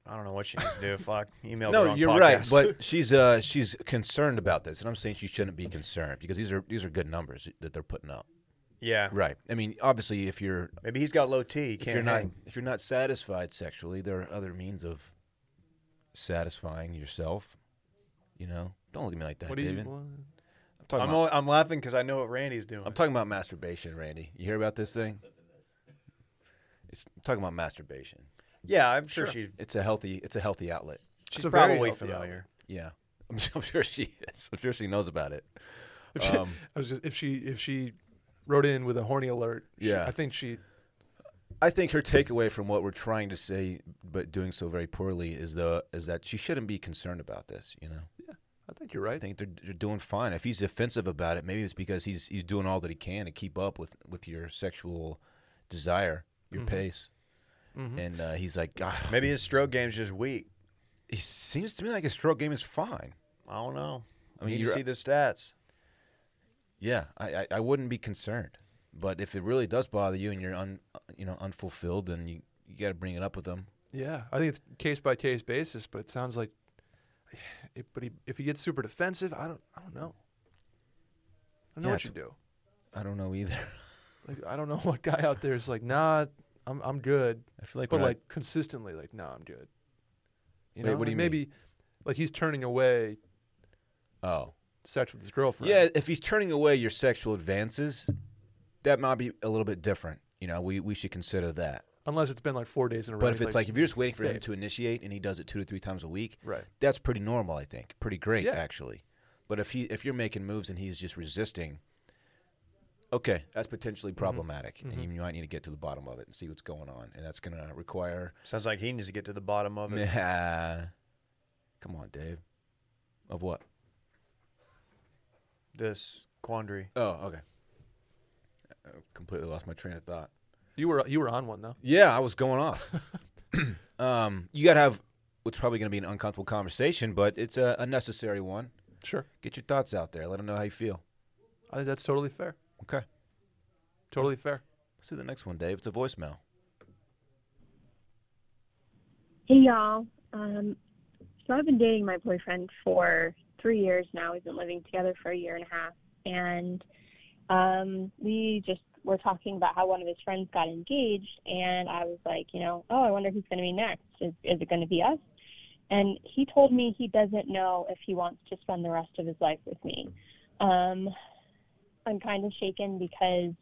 S2: I don't know what she needs
S1: (laughs)
S2: to do. Fuck, email. the
S1: No,
S2: wrong
S1: you're
S2: podcast.
S1: right, but she's uh she's concerned about this, and I'm saying she shouldn't be concerned because these are these are good numbers that they're putting up.
S2: (laughs) yeah,
S1: Right. I mean, obviously, if you're
S2: maybe he's got low T. He
S1: if you're
S2: can't
S1: not
S2: hang.
S1: if you're not satisfied sexually, there are other means of satisfying yourself. You know, don't look at me like that,
S3: What do you
S1: David.
S3: well,
S1: I'm talking
S2: I'm,
S1: about
S2: only, I'm laughing because I know what Randy's doing.
S1: I'm talking about masturbation, Randy. You hear about this thing? It's I'm talking about masturbation.
S2: yeah, I'm sure, she
S1: It's a healthy it's a healthy outlet.
S2: she's
S3: a very
S2: probably
S3: healthy
S2: familiar.
S1: Yeah, (laughs) I'm, I'm sure she is. I'm sure she knows about it.
S3: if she,
S1: Um,
S3: I was just if she if she wrote in with a horny alert, she-
S1: Yeah.
S3: I think she
S1: I think her takeaway from what we're trying to say, but doing so very poorly, is the is that she shouldn't be concerned about this. You know,
S3: I think you're
S1: I
S3: right.
S1: think they're, they're doing fine. If he's defensive about it, maybe it's because he's he's doing all that he can to keep up with with your sexual desire, your
S3: Mm-hmm.
S1: pace, and uh, he's like, "Ah."
S2: Maybe his stroke game's just weak.
S1: he seems to me like his stroke game is fine.
S2: I don't know. I
S1: mean,
S2: mean, you
S1: you're-
S2: see the stats.
S1: Yeah, I, I I wouldn't be concerned, but if it really does bother you and you're un you know unfulfilled, then you you got to bring it up with them.
S3: Yeah, I think it's case by case basis, but it sounds like it, but he, if he gets super defensive, I don't I don't know. I don't know
S1: Yeah,
S3: what you
S1: it's-
S3: do.
S1: I don't know either. (laughs)
S3: Like I don't know (laughs) what guy out there is like, "Nah, I'm I'm good."
S1: I feel like
S3: but
S1: when I-
S3: like consistently like no i'm good you
S1: Wait,
S3: know
S1: what do
S3: Like,
S1: you mean?
S3: maybe like he's turning away
S1: oh.
S3: sex with his girlfriend
S1: Yeah, if he's turning away your sexual advances, that might be a little bit different. You know, we, we should consider that.
S3: unless it's been like four days in a row
S1: But if it's like, if you're just waiting for him
S3: babe.
S1: to initiate and he does it two to three times a week,
S3: right
S1: that's pretty normal, I think. Pretty great,
S3: Yeah.
S1: actually. But if he if you're making moves and he's just resisting, okay, that's potentially problematic, and you might need to get to the bottom of it and see what's going on, and that's going to require.
S2: Sounds like he needs to get to the bottom of it.
S1: Nah. (laughs) Come on, Dave. Of what?
S2: This quandary.
S1: Oh, okay. I completely lost my train of thought.
S3: you were you were on one though
S1: Yeah, I was going off. (clears throat) um, you got to have what's probably going to be an uncomfortable conversation, but it's a, a necessary one.
S3: sure
S1: Get your thoughts out there. Let them know how you feel.
S3: i think that's totally fair
S1: Okay.
S3: totally fair
S1: Let's do the next one, Dave. It's a voicemail.
S5: Hey y'all. Um, so I've been dating my boyfriend for three years now. We've been living together for a year and a half, and um, we just were talking about how one of his friends got engaged, and I was like, you know, oh, I wonder who's going to be next. Is, is it going to be us? And he told me he doesn't know if he wants to spend the rest of his life with me. Um, I'm kind of shaken because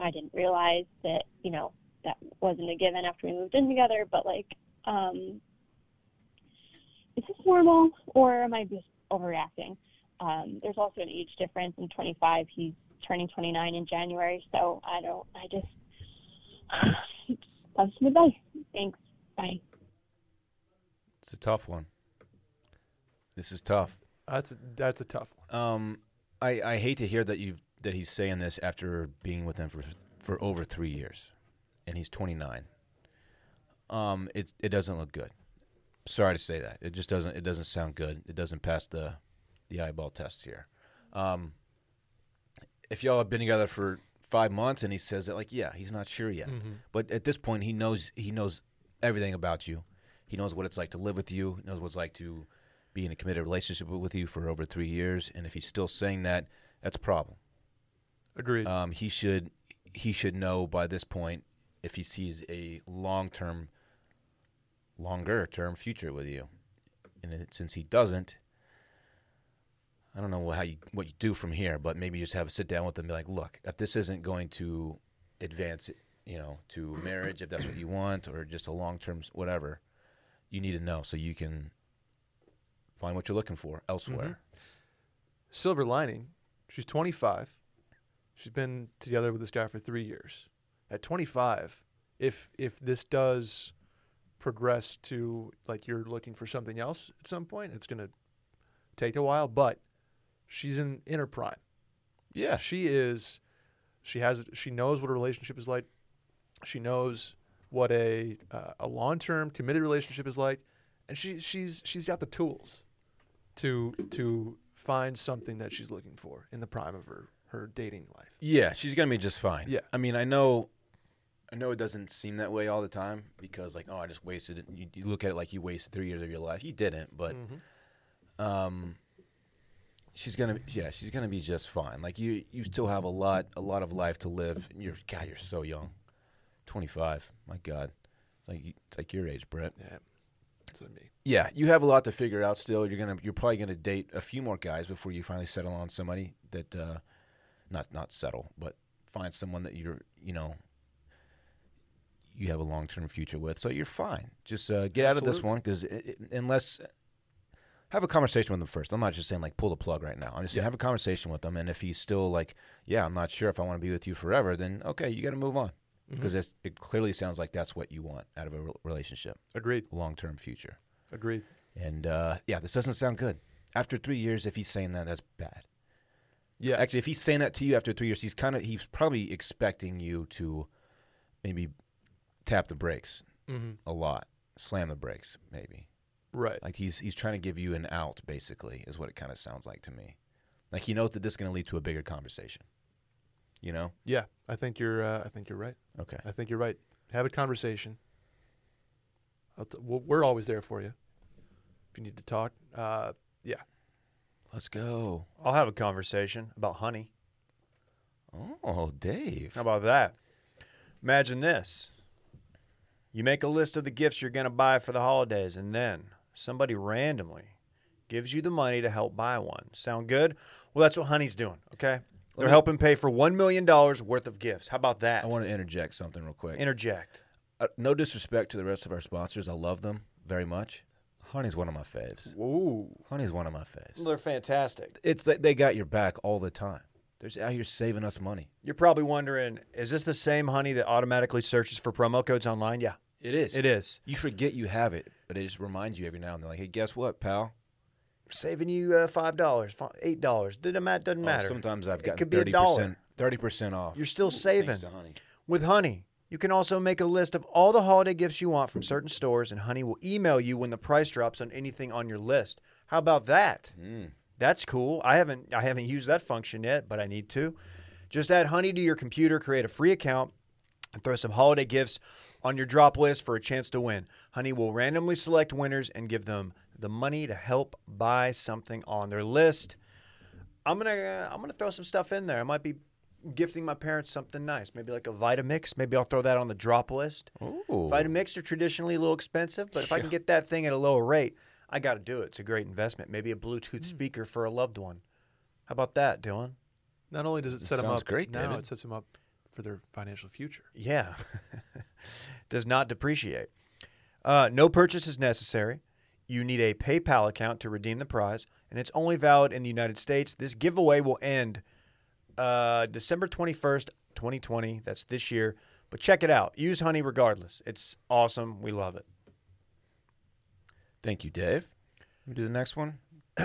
S5: I didn't realize that, you know, that wasn't a given after we moved in together, but like um, is this normal or am I just overreacting? Um, there's also an age difference. I'm 25. He's turning 29 in January. So I don't, I just (sighs) love some advice. Thanks. Bye.
S1: It's a tough one. This is tough.
S3: that's a, that's a tough one
S1: Um, I, I hate to hear that you that he's saying this after being with them for for over three years, and he's 29. Um, it it doesn't look good. sorry to say that. It just doesn't. It doesn't sound good. It doesn't pass the the eyeball test here. Um, if y'all have been together for five months and he says that, like, yeah, he's not sure yet. But at this point, he knows he knows everything about you. He knows what it's like to live with you. He knows what it's like to be in a committed relationship with you for over three years. And if he's still saying that, that's a problem.
S3: Agreed.
S1: Um, he should he should know by this point if he sees a long term, longer term future with you, and it, since he doesn't, I don't know how you what you do from here, but maybe you just have a sit down with them, and be like, look, if this isn't going to advance, you know, to marriage, if that's what you want, or just a long term s- whatever, you need to know so you can find what you're looking for elsewhere.
S3: Silver lining. She's 25. She's been together with this guy for three years. At 25, if if this does progress to like you're looking for something else at some point, it's gonna take a while. But she's in inner prime.
S1: Yeah,
S3: She is. She has. She knows what a relationship is like. She knows what a uh, a long term committed relationship is like, and she she's she's got the tools to to find something that she's looking for in the prime of her her dating life.
S1: Yeah, she's gonna be just fine.
S3: Yeah.
S1: I mean, I know, I know it doesn't seem that way all the time because, like, oh, I just wasted. It. You, you look at it like you wasted three years of your life. You didn't, but, um, she's gonna, yeah, she's gonna be just fine. Like you, you still have a lot, a lot of life to live. And you're, God, you're so young, twenty five. My God, it's like you- it's like your age, Brett.
S3: Yeah, that's what I mean.
S1: Yeah, you have a lot to figure out still. You're gonna you're probably gonna date a few more guys before you finally settle on somebody that uh not not settle, but find someone that you're you know you have a long term future with. So you're fine. Just uh, get out of this
S3: Absolutely.
S1: one because unless have a conversation with them first. I'm not just saying like pull the plug right now. I'm just saying have a conversation with them, and if he's still like, yeah, I'm not sure if I want to be with you forever, then okay, you got to move on because it's it clearly sounds like that's what you want out of a re- relationship,
S3: Agreed.
S1: long term future.
S3: Agreed.
S1: And uh, yeah, this doesn't sound good. After three years, if he's saying that, that's bad.
S3: Yeah.
S1: Actually, if he's saying that to you after three years, he's kind of he's probably expecting you to maybe tap the brakes
S3: Mhm.
S1: a lot, slam the brakes, maybe.
S3: Right.
S1: Like he's he's trying to give you an out, basically, is what it kind of sounds like to me. Like he knows that this is going to lead to a bigger conversation. You know?
S3: Yeah. I think you're. Uh, I think you're right.
S1: Okay.
S3: I think you're right. Have a conversation. I'll t- we're we're always there for you. If you need to talk, uh, yeah.
S1: Let's go.
S2: I'll have a conversation about honey.
S1: Oh, Dave.
S2: How about that? Imagine this. You make a list of the gifts you're going to buy for the holidays, and then somebody randomly gives you the money to help buy one. Sound good? Well, that's what Honey's doing, okay? They're
S1: me-
S2: helping pay for $1 million worth of gifts. How about that?
S1: I want to interject something real quick.
S2: interject.
S1: uh, no disrespect to the rest of our sponsors. I love them very much. Honey's one of my faves.
S2: Ooh.
S1: Honey's one of my faves.
S2: They're fantastic.
S1: It's that they got your back all the time. They're out here saving us money.
S2: You're probably wondering, is this the same honey that automatically searches for promo codes online? Yeah,
S1: It is.
S2: it is.
S1: You forget you have it, but it just reminds you every now and then. Like, hey, guess what, pal?
S2: Saving you uh, $5, fi- $8. Doesn't matter. Doesn't
S1: Oh,
S2: matter.
S1: sometimes I've
S2: It
S1: gotten
S2: could be a
S1: thirty percent,
S2: dollar.
S1: thirty percent off.
S2: You're still saving.
S1: thanks to honey.
S2: With Honey, you can also make a list of all the holiday gifts you want from certain stores, and Honey will email you when the price drops on anything on your list. How about that?
S1: Mm.
S2: That's cool. I haven't I haven't used that function yet, but I need to. Just add Honey to your computer, create a free account, and throw some holiday gifts on your drop list for a chance to win. Honey will randomly select winners and give them the money to help buy something on their list. I'm gonna uh, I'm gonna throw some stuff in there. I might be gifting my parents something nice, maybe like a Vitamix. Maybe I'll throw that on the drop list.
S1: Ooh.
S2: Vitamix are traditionally a little expensive, but if I can get that thing at a lower rate, I got to do it. It's a great investment. Maybe a
S1: Hmm.
S2: Bluetooth speaker for a loved one. How about that, Dylan?
S3: Not only does it set them
S1: sounds
S3: up
S1: great,
S3: now,
S1: David.
S3: it sets them up for their financial future.
S2: Yeah, (laughs) does not depreciate. Uh, no purchase is necessary. You need a PayPal account to redeem the prize, and it's only valid in the United States. This giveaway will end uh, December 21st, 2020. That's this year. But check it out. Use Honey regardless. It's awesome. We love it. (clears throat)
S1: Thank you, Dave. We do the next one.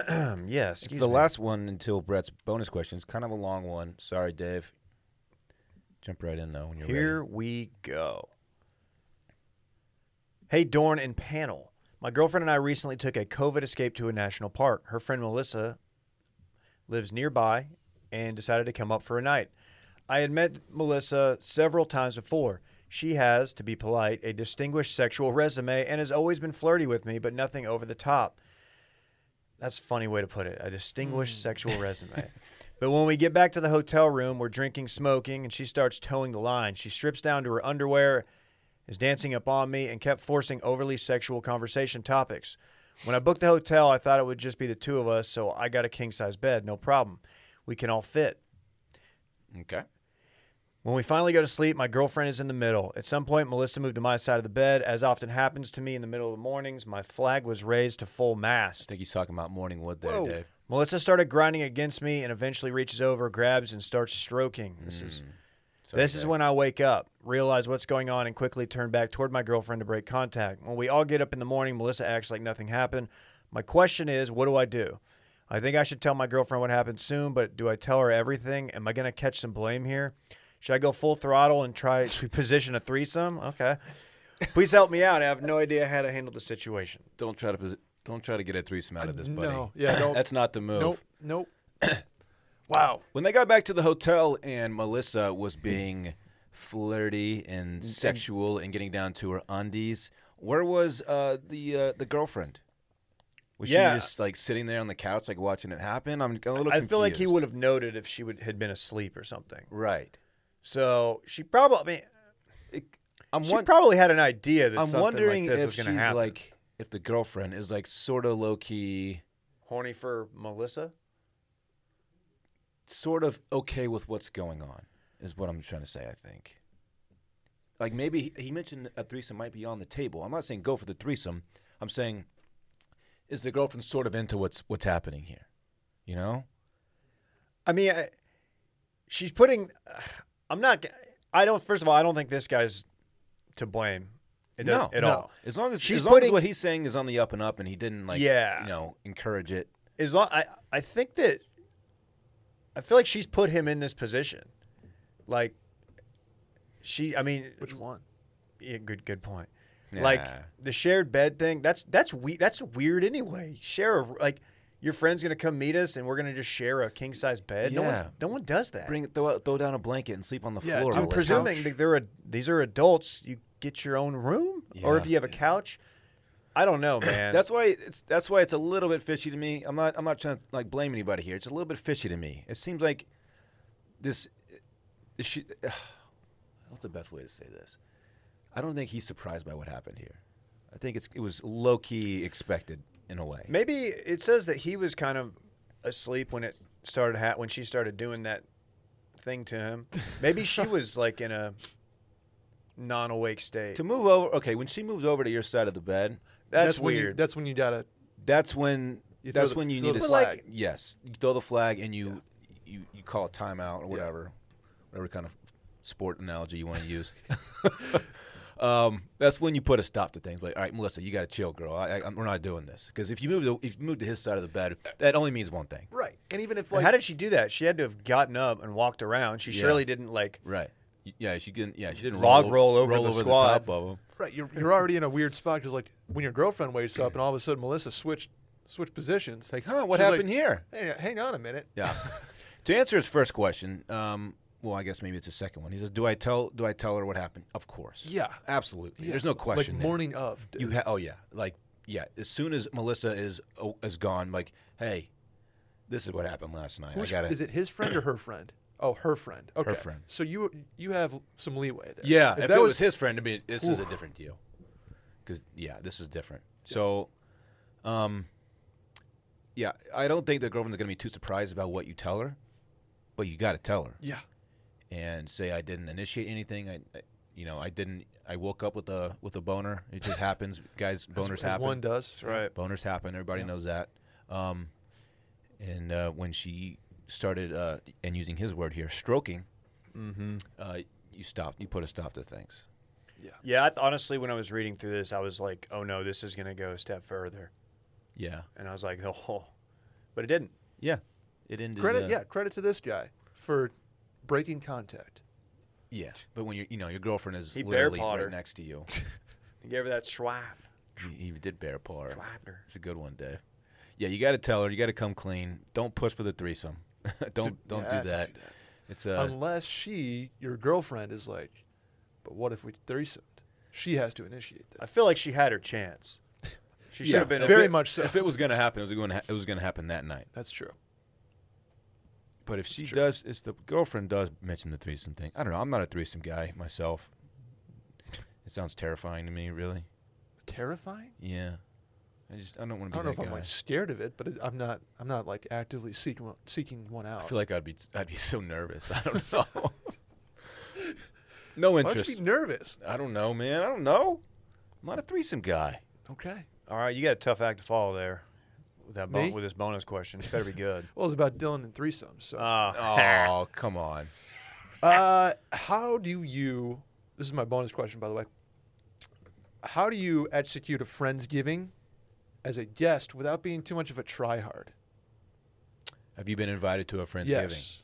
S2: Um, yeah, excuse
S1: it's the
S2: me.
S1: last one until Brett's bonus question. It's kind of a long one. Sorry, Dave. Jump right in though when you're
S2: Here
S1: ready.
S2: we go. Hey, Dorn and panel. My girlfriend and I recently took a COVID escape to a national park. Her friend Melissa lives nearby and decided to come up for a night. I had met Melissa several times before. She has, to be polite, a distinguished sexual resume and has always been flirty with me, but nothing over the top. That's a funny way to put it. A
S1: Hmm.
S2: distinguished sexual
S1: (laughs)
S2: resume. But when we get back to the hotel room, we're drinking, smoking, and she starts towing the line. She strips down to her underwear, is dancing up on me, and kept forcing overly sexual conversation topics. When I booked the hotel, I thought it would just be the two of us, so I got a king size bed, no problem. We can all fit.
S1: Okay.
S2: When we finally go to sleep, my girlfriend is in the middle. At some point, Melissa moved to my side of the bed. As often happens to me in the middle of the mornings, my flag was raised to full
S1: I
S2: mast.
S1: think he's talking about morning wood there,
S2: Whoa.
S1: Dave.
S2: Melissa started grinding against me and eventually reaches over, grabs, and starts stroking. This is
S1: Sorry,
S2: this is
S1: Dave.
S2: when I wake up, realize what's going on, and quickly turn back toward my girlfriend to break contact. When we all get up in the morning, Melissa acts like nothing happened. My question is, what do I do? I think I should tell my girlfriend what happened soon, but do I tell her everything? Am I going to catch some blame here? Should I go full throttle and
S1: (laughs)
S2: try to position a threesome? Okay. Please help me out. I have no idea how to handle the situation.
S1: don't try to posi- don't try to get a threesome out of this, buddy.
S3: No.
S1: (laughs)
S3: Yeah, don't.
S1: That's not the move.
S3: nope. Nope. (coughs) wow.
S1: When they got back to the hotel and Melissa was being flirty and
S2: Mm,
S1: sexual and getting down to her undies, where was uh, the uh, the girlfriend? Was
S2: Yeah.
S1: she just like sitting there on the couch, like watching it happen? I'm a little.
S2: I feel like he
S1: confused.
S2: would have noted if she would had been asleep or something.
S1: Right.
S2: So she probably, I mean,
S1: I'm
S2: she
S1: won-
S2: probably had an idea that
S1: I'm
S2: something
S1: wondering
S2: like this
S1: if
S2: was
S1: she's
S2: going to happen.
S1: like if the girlfriend is like sort of low key,
S2: horny for Melissa.
S1: sort of okay with what's going on. Is what I'm trying to say. I think. Like maybe he- he mentioned a threesome might be on the table. I'm not saying go for the threesome. I'm saying is the girlfriend sort of into what's what's happening here? You know.
S2: I mean, I, she's putting. (sighs) I'm not. g- I don't. First of all, I don't think this guy's to blame. It does-
S1: no,
S2: at
S1: no.
S2: all.
S1: As long as
S2: She's
S1: as long as
S2: putting-
S1: what he's saying is on the up and up, and he didn't like
S2: Yeah.
S1: you know encourage it.
S2: As long I, I think that. I feel like she's put him in this position, like. She. I mean,
S3: Which one?
S2: yeah, good. Good point. Like
S1: Nah.
S2: the shared bed thing. That's that's we. That's weird anyway. Share a, like. Your friend's gonna come meet us, and we're gonna just share a king size bed. No one's,
S1: Yeah.
S2: no one does that.
S1: Bring throw out- throw down a blanket and sleep on the
S3: Yeah,
S1: floor.
S3: dude,
S2: I'm
S1: Melissa.
S2: presuming that they're a, these are adults. You get your own room, or
S1: Yeah.
S2: if you have a couch. I
S1: (clears throat)
S2: don't know, man.
S1: That's why it's that's why it's a little bit fishy to me. I'm not I'm not trying to like blame anybody here. It's a little bit fishy to me. It seems like this. this she, (sighs) what's the best way to say this? I don't think he's surprised by what happened here. I think it's it was low key expected in a way.
S2: maybe it says that he was kind of asleep when it started ha- when she started doing that thing to him. Maybe
S1: (laughs)
S2: she was like in a non-awake state.
S1: To move over, okay. When she moved over to your side of the bed,
S2: That's,
S3: when you-
S2: weird.
S3: that's when you gotta.
S1: that's when
S3: You throw
S1: that's
S3: the-
S1: when you
S3: throw
S1: need
S3: the
S1: to
S3: flag.
S1: Like, yes, you throw the flag and you you, you call a timeout or whatever, whatever kind of sport analogy you want to (laughs) use. um, that's when you put a stop to things. Like, all right, Melissa, you got to chill, girl. I, I, we're not doing this because if you move to, if you move to his side of the bed, that only means one thing.
S3: Right. And even if
S2: And How did she do that? She had to have gotten up and walked around. She
S1: Yeah.
S2: surely didn't like.
S1: Right. Y- Yeah, she didn't. Yeah, she didn't
S2: Log
S1: o-
S2: roll over the squad.
S1: top of him.
S3: Right, you're, you're already in a weird spot because like when your girlfriend wakes up and all of a sudden Melissa switched switched positions.
S1: Like, huh? What
S3: She's
S1: happened
S3: like,
S1: here?
S3: Hey, hang on a minute.
S1: Yeah. (laughs) to answer his first question, um, well, I guess maybe it's the second one. He says, "Do I tell? Do I tell her what happened? Of course.
S3: Yeah.
S1: absolutely.
S3: Yeah,
S1: There's no question.
S3: Like
S1: there.
S3: morning of. dude.
S1: You ha- oh yeah, like yeah. As soon as Melissa is oh, is gone, like, hey, this is what happened last night.
S3: Who's-
S1: I got
S3: Is it his friend or her friend? Oh, her friend. Okay.
S1: friend.
S3: So you you have some leeway there.
S1: Yeah,
S3: If,
S1: if,
S3: that
S1: it
S3: was,
S1: was, his friend, I mean, this is a
S3: Oof.
S1: different deal. Because yeah, this is different. So, um, yeah, I don't think the girlfriend's gonna be too surprised about what you tell her, but you got to tell her.
S3: yeah.
S1: and say I didn't initiate anything. I, I you know, I didn't. I woke up with a with a boner. It just happens, guys.
S3: as-
S1: Boners
S3: as
S1: happen.
S3: One does.
S2: That's right.
S1: Boners happen. Everybody knows that. Um, and uh, when she started, uh, and using his word here, stroking, uh, you stopped. You put a stop to things.
S2: Yeah, I th- honestly, when I was reading through this, I was like, "Oh no, this is going to go a step further,"
S1: Yeah.
S2: and I was like, (laughs) "Oh," but it didn't.
S1: Yeah. It ended.
S3: Credit.
S1: uh,
S3: yeah. Credit to this guy for breaking contact.
S1: Yeah. But when you you know your girlfriend is
S2: He bear
S1: literally
S2: pawed
S1: right
S2: her.
S1: next to you.
S2: He gave her that swipe.
S1: He, he did bear par. It's a good one, Dave. Yeah, you got to tell her. You got to come clean. Don't push for the threesome. (laughs) don't don't
S3: yeah,
S1: do that. It's uh, a
S3: Unless she, your girlfriend, is like, but what if we threesomed? She has to initiate that.
S2: I feel like she had her chance. She should
S1: Yeah,
S2: have been
S1: if
S3: very
S1: it-
S3: much so.
S1: If it was going to happen, it was going to ha- it was going to happen that night.
S3: That's true.
S1: But if she does, if the girlfriend does mention the threesome thing, I don't know. I'm not a threesome guy myself. It sounds terrifying to me, really.
S3: Terrifying.
S1: Yeah, I just I don't want
S3: I
S1: to be
S3: don't know
S1: that
S3: if I'm
S1: guy.
S3: like scared of it, but it, I'm not. I'm not like actively seeking one- seeking one
S1: I
S3: out.
S1: feel like I'd be I'd be so nervous. I
S3: (laughs)
S1: don't know. no
S3: Why would you
S1: interest.
S3: be nervous?
S1: I don't know, man. I don't know. I'm not a threesome guy.
S3: Okay.
S2: All right, you got a tough act to follow there. With that bon-
S3: Me?
S2: with this bonus question, it's better be
S3: (laughs)
S2: good.
S3: Well, it's about Dylan and threesomes. So, uh,
S2: Ah.
S1: Oh, (laughs) come on.
S3: how do you? This is my bonus question, by the way. How do you execute a friendsgiving as a guest without being too much of a tryhard?
S1: Have you been invited to a Friendsgiving?
S3: Yes.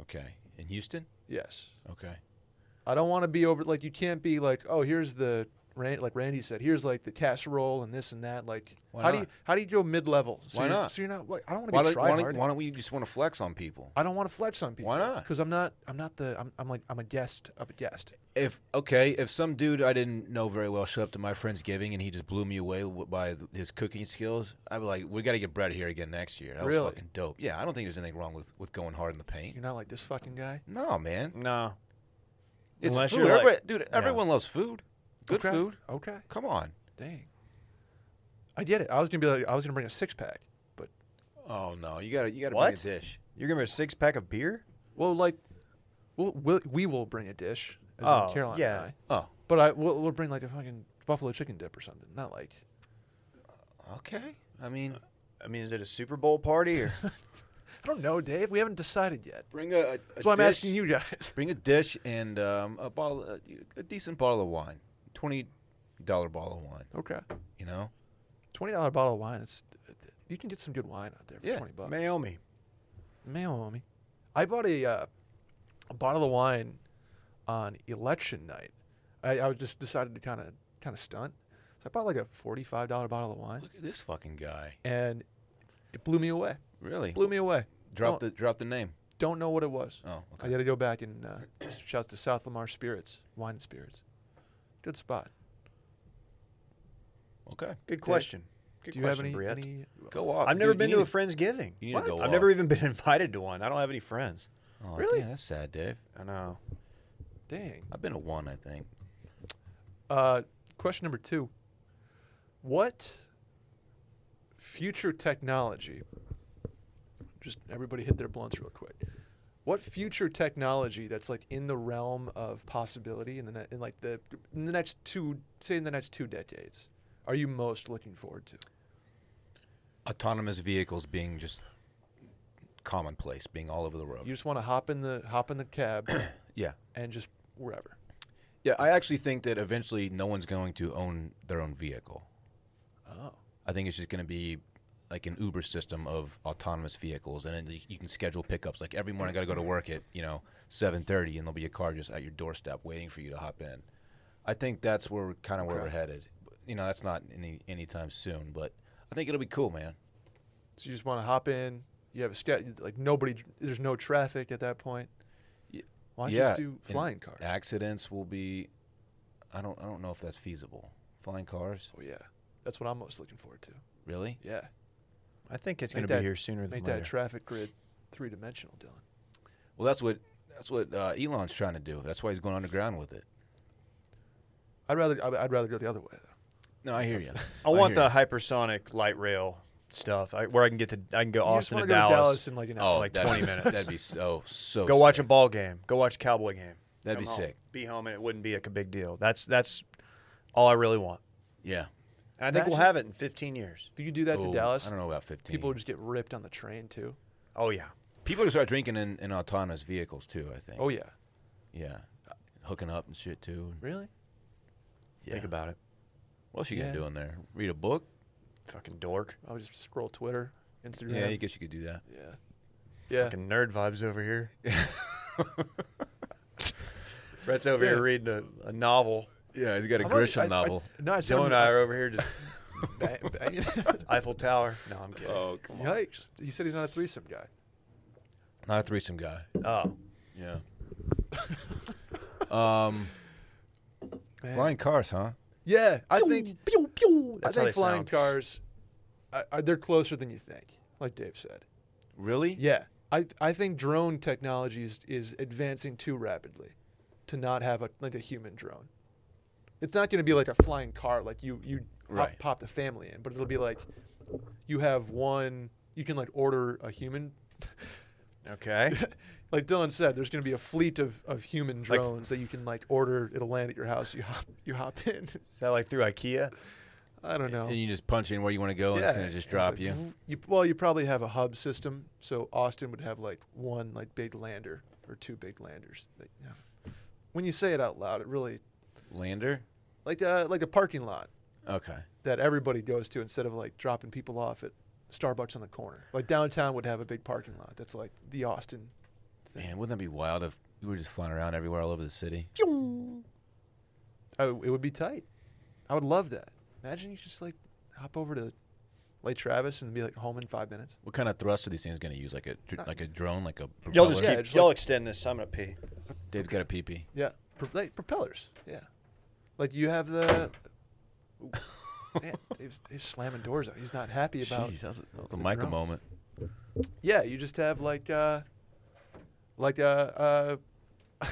S1: Okay. In Houston?
S3: Yes.
S1: Okay.
S3: I don't want to be over. Like you can't be like, oh, here's the Ran- like Randy said, here's like the casserole and this and that. Like,
S1: Why
S3: how do
S1: not?
S3: you how do you go mid level? So
S1: Why
S3: you're-
S1: not?
S3: So you're not. Like, I don't want
S1: Why
S3: to be
S1: don't, why,
S3: tryhard.
S1: don't, why don't we just want to flex on people?
S3: I don't want to flex on people.
S1: Why not?
S3: Because I'm not. I'm not the. I'm, I'm like. I'm a guest of a guest.
S1: If okay, if some dude I didn't know very well showed up to my Friendsgiving and he just blew me away w- by th- his cooking skills, I'd be like, "We got to get Brett here again next year." That
S3: Really?
S1: was fucking dope. Yeah, I don't think there's anything wrong with, with going hard in the paint.
S3: You're not like this fucking guy.
S1: No, man.
S2: no.
S1: It's
S2: Unless
S1: food.
S2: you're like-
S1: Everybody- dude, everyone loves food. Good
S3: Okay.
S1: food.
S3: Okay.
S1: Come on.
S3: Dang. I get it. I was gonna be like. I was gonna bring a six pack, but
S1: Oh no, you gotta you gotta
S2: What?
S1: bring a dish.
S2: You're gonna be a six pack of beer?
S3: well, like, we'll, we'll we will bring a dish. As in
S2: Oh,
S3: Caroline and
S2: yeah.
S3: I.
S1: Oh,
S3: But I we'll, we'll bring like a fucking buffalo chicken dip or something. Not like.
S1: okay. I mean,
S2: I mean, is it a Super Bowl party
S3: (laughs)
S2: or
S3: I don't know, Dave. We haven't decided yet.
S1: bring a. a
S3: That's why I'm asking you guys. (laughs)
S1: Bring a dish and um, a bottle, a, a decent bottle of wine, twenty dollar bottle of wine.
S3: Okay.
S1: You know,
S3: Twenty dollar bottle of wine. It's you can get some good wine out there for
S1: Yeah,
S3: twenty bucks.
S2: Naomi?
S3: Mail, homie. I bought a, uh, a bottle of wine on election night. I, I was just decided to kind of kind of stunt, so I bought like a forty five dollar bottle of wine,
S1: look at this fucking guy.
S3: and it blew me away.
S1: Really,
S3: Blew me away.
S1: drop
S3: don't,
S1: the drop the name.
S3: Don't know what it was.
S1: Oh,
S3: I
S1: okay.
S3: got to go back and uh, shouts to South Lamar Spirits, Wine and Spirits. Good spot.
S1: Okay,
S2: Good question. Good
S3: Do you
S2: question,
S3: have
S2: Briette.
S3: any? any
S1: go off.
S2: I've never
S1: Dude,
S2: been
S1: you
S2: to a
S1: need
S2: friendsgiving.
S1: you need to
S2: What?
S1: go
S2: I've
S1: off.
S2: never even been (laughs) invited to one. I don't have any friends.
S1: Oh,
S3: Really?
S1: Yeah, that's sad, Dave.
S2: I know.
S3: dang.
S1: I've been to one, I think.
S3: Uh, question number two. What future technology? Just everybody hit their blunts real quick. What future technology that's like in the realm of possibility in the ne- in like the in the next two say in the next two decades are you most looking forward to?
S1: Autonomous vehicles being just commonplace, being all over the road.
S3: You just want to hop in the hop in the cab
S1: (coughs) yeah,
S3: and just wherever.
S1: yeah. I actually think that eventually no one's going to own their own vehicle.
S3: Oh,
S1: I think it's just going to be like an Uber system of autonomous vehicles, and then you can schedule pickups. Like every morning, I got to go to work at you know seven thirty, and there'll be a car just at your doorstep waiting for you to hop in. I think that's where kind of where we're headed. You know, that's not any anytime soon, but I think it'll be cool, man.
S3: so you just want to hop in. You have a sketch like nobody. There's no traffic at that point.
S1: Ye-
S3: Why don't you
S1: yeah,
S3: just do
S1: and
S3: flying cars?
S1: Accidents will be. I don't. I don't know if that's feasible. Flying cars,
S3: Oh yeah, that's what I'm most looking forward to.
S1: really?
S3: Yeah,
S2: I think it's
S3: Make
S2: going to
S3: that-
S2: be here sooner than
S3: make
S2: later.
S3: that traffic grid three dimensional, Dylan.
S1: Well, that's what that's what uh, Elon's trying to do. That's why he's going underground with it.
S3: I'd rather I'd I'd rather go the other way though.
S1: No, I hear you.
S2: I want
S1: hear
S2: the hypersonic light rail stuff I, where I can get to. I can go
S3: you
S2: Austin
S3: just
S2: to
S3: wanna go
S2: Dallas.
S3: to Dallas in like an
S1: you.
S3: hour.
S1: Oh,
S2: like
S1: that'd (laughs)
S2: 20
S1: be-
S2: minutes.
S1: That'd be so so.
S2: go watch
S1: sick.
S2: a ball game. Go watch a Cowboy game.
S1: That'd
S2: Come
S1: be
S2: home.
S1: sick.
S2: Be home and it wouldn't be like a big deal. That's that's all I really want.
S1: Yeah.
S2: And I think we'll
S3: Imagine-
S2: have it in 15 years.
S3: If you could do that
S1: Ooh,
S3: to Dallas,
S1: I don't know about 15.
S3: people would just get ripped on the train too.
S2: Oh yeah.
S1: people would start drinking in, in autonomous vehicles too. I think.
S3: Oh yeah,
S1: yeah. Hooking up and shit too.
S3: really?
S1: Yeah.
S2: Think about it.
S1: What else you
S3: Yeah.
S1: gonna do in there? Read a book?
S2: Fucking dork.
S3: I would just scroll Twitter, Instagram.
S1: Yeah, you guess you could do that.
S3: yeah, yeah.
S2: Fucking nerd vibes over (laughs) here. Brett's over
S3: Yeah.
S2: here reading a, a novel.
S1: Yeah, he's got a
S3: I'm already-
S1: Grisham
S3: I- I-
S1: novel.
S3: no, I said
S2: Dylan (laughs)
S3: I'm-
S2: and I are over here just
S3: Bang- banging.
S2: Eiffel Tower. No, I'm kidding. Oh,
S1: Oh, come on.
S3: Yikes! He said he's not a threesome guy.
S1: Not a threesome guy.
S2: Oh,
S1: Yeah. um,
S3: Man.
S1: flying cars, huh?
S3: Yeah, I think. Pew, pew.
S2: That's
S3: I
S2: how
S3: think
S2: they
S3: flying
S2: sound.
S3: cars are, are they're closer than you think, like Dave said.
S1: Really?
S3: Yeah, I I think drone technology is, is advancing too rapidly to not have a like a human drone. It's not going to be like a flying car, like you you pop-
S1: Right.
S3: pop, the family in, but it'll be like you have one. You can like order a human. (laughs)
S2: (laughs) okay.
S3: Like Dylan said, there's going to be a fleet of, of human
S2: Like-
S3: drones that you can like order. It'll land at your house. You hop you hop in. (laughs)
S2: Is that like through IKEA?
S3: I don't know.
S1: And you just punch in where you want to go, and Oh. it's gonna just
S3: it's
S1: drop
S3: like,
S1: you.
S3: vroom. Well, you probably have a hub system, so Austin would have like one like big lander or two big landers. That, you know. When you say it out loud, it really
S1: Lander.
S3: like uh, like a parking lot
S1: Okay.
S3: that everybody goes to instead of like dropping people off at Starbucks on the corner. Like downtown would have a big parking lot that's like the Austin.
S1: Man, wouldn't that be wild if we were just flying around everywhere all over the city?
S3: Oh, it would be tight. I would love that. Imagine you just like hop over to Lake Travis and be like home in five minutes.
S1: What kind of thrust are these things gonna use? Like a dr- like a drone, like a propeller?
S2: Y'all just
S3: Yeah,
S2: keep.
S3: just
S2: y'all
S3: like-
S2: extend this. I'm gonna pee.
S1: Dave's got a peepee.
S3: Yeah, Pro- like propellers. Yeah, like you have
S1: (laughs)
S3: the. Man, Dave's, Dave's slamming doors out. He's not happy about.
S1: Jeez, that was, a- that was a Micah
S3: drone.
S1: moment.
S3: Yeah, you just have like, uh, like uh, uh, (laughs) I'm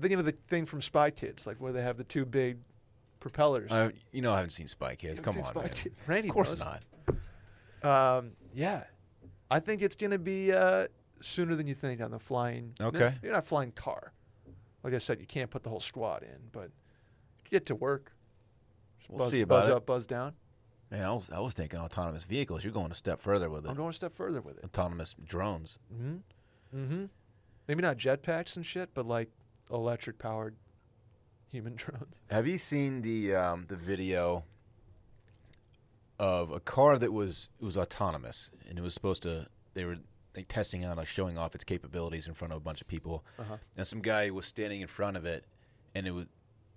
S3: thinking of the thing from Spy Kids, like where they have the two big propellers.
S1: I, Uh, you know, I haven't seen Spy Kids.
S3: Haven't
S1: Oh,
S3: (laughs)
S1: Come
S3: seen
S1: on,
S3: Spy
S1: man.
S3: Kid- Randy
S1: Of course
S3: knows.
S1: not.
S3: Um, yeah, I think it's gonna be uh, sooner than you think on the flying. no,
S1: Okay.
S3: you're not flying car. Like I said, you can't put the whole squad in, but get to work. Just
S1: We'll
S3: buzz,
S1: see about
S3: buzz
S1: it.
S3: up, buzz down.
S1: Man, I was I was thinking autonomous vehicles. You're going a step further with it.
S3: I'm going a step further with it.
S1: autonomous drones.
S3: Mm-hmm. Maybe not jetpacks and shit, but like electric powered (laughs) human drones.
S1: Have you seen the um, the video of a car that was it was autonomous and it was supposed to they were like testing out like showing off its capabilities in front of a bunch of people and some guy was standing in front of it and it was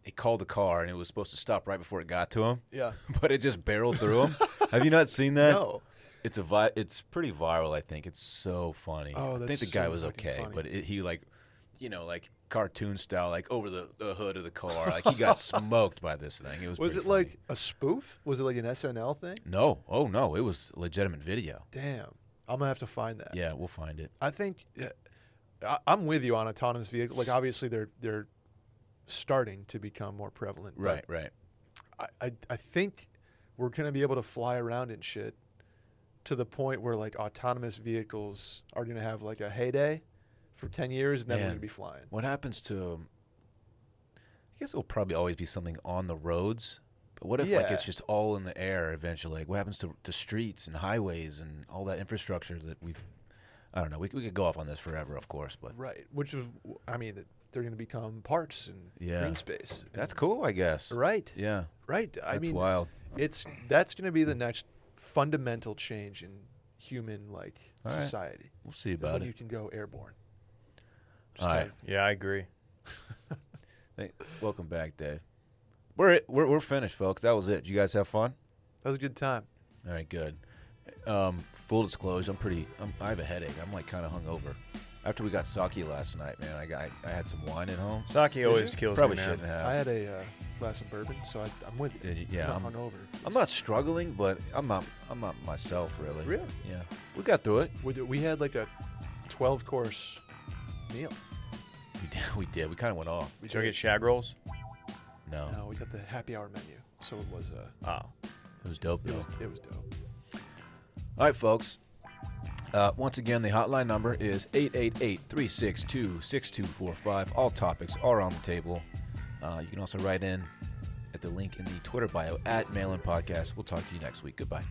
S1: he called the car and it was supposed to stop right before it got to him (laughs)
S3: Yeah.
S1: but it just barreled through him have you not seen that
S3: No.
S1: it's a vi- it's pretty viral i think it's so funny
S3: Oh,
S1: i
S3: that's
S1: think the
S3: so
S1: guy was
S3: fucking
S1: okay
S3: funny.
S1: but it, he like you know like cartoon style like over the, the hood of the car like he
S3: (laughs)
S1: got smoked by this thing it was
S3: Was it
S1: pretty
S3: like
S1: funny.
S3: a spoof? Was it like an SNL thing?
S1: no oh no it was legitimate video
S3: Damn. I'm going to have to find that.
S1: yeah we'll find it
S3: I think yeah, I, I'm with you on autonomous vehicle. Like, obviously, they're, they're starting to become more prevalent. but
S1: right right
S3: I, I, I think we're going to be able to fly around and shit to the point where like autonomous vehicles are going to have like a heyday for 10 years and then we're
S1: Man.
S3: going to be flying.
S1: what happens to um, i guess it'll probably always be something on the roads but what if like
S3: Yeah.
S1: it's just all in the air eventually like what happens to, to streets and highways and all that infrastructure that we've i don't know we, could- we could go off on this forever of course but
S3: Right. Which is, I mean, that they're going to become parks and
S1: Yeah.
S3: green space.
S1: That's cool, I guess.
S3: Right.
S1: Yeah.
S3: Right. I
S1: That's
S3: mean,
S1: wild.
S3: it's that's going to be the next fundamental change in human like
S1: All right.
S3: society.
S1: We'll see
S3: is when
S1: about
S3: you
S1: it.
S3: can go airborne.
S1: All right.
S2: Yeah, I agree.
S1: Hey, welcome back, Dave. We're, we're we're finished, folks. That was it. Did you guys have fun?
S3: That was a good time.
S1: All right, good. Um, full disclosure, I'm pretty. I'm, I have a headache. I'm like kind of hungover. After we got sake last night, man, I got I had some wine at home.
S2: Saki (laughs) always kills
S1: Probably
S2: me, man.
S1: shouldn't have.
S3: I had a uh, glass of bourbon, so I, I'm with you.
S1: Did you- yeah,
S3: I'm
S1: I'm-
S3: hungover.
S1: I'm not struggling, but I'm not. I'm not myself really.
S3: Really?
S1: Yeah. We got through it.
S3: We, did- we had like a 12 course meal.
S1: We (laughs) did. We did. We kind of went off.
S2: Did y'all get shag rolls?
S1: No,
S3: No, Uh, we got the happy hour menu, so it was uh,
S2: Oh,
S1: it was dope
S3: it
S1: though.
S3: was it was dope.
S1: All right, folks. Uh, once again, the hotline number is 888 362 6245. All topics are on the table. Uh, you can also write in at the link in the Twitter bio at Malin Podcast. We'll talk to you next week. Goodbye.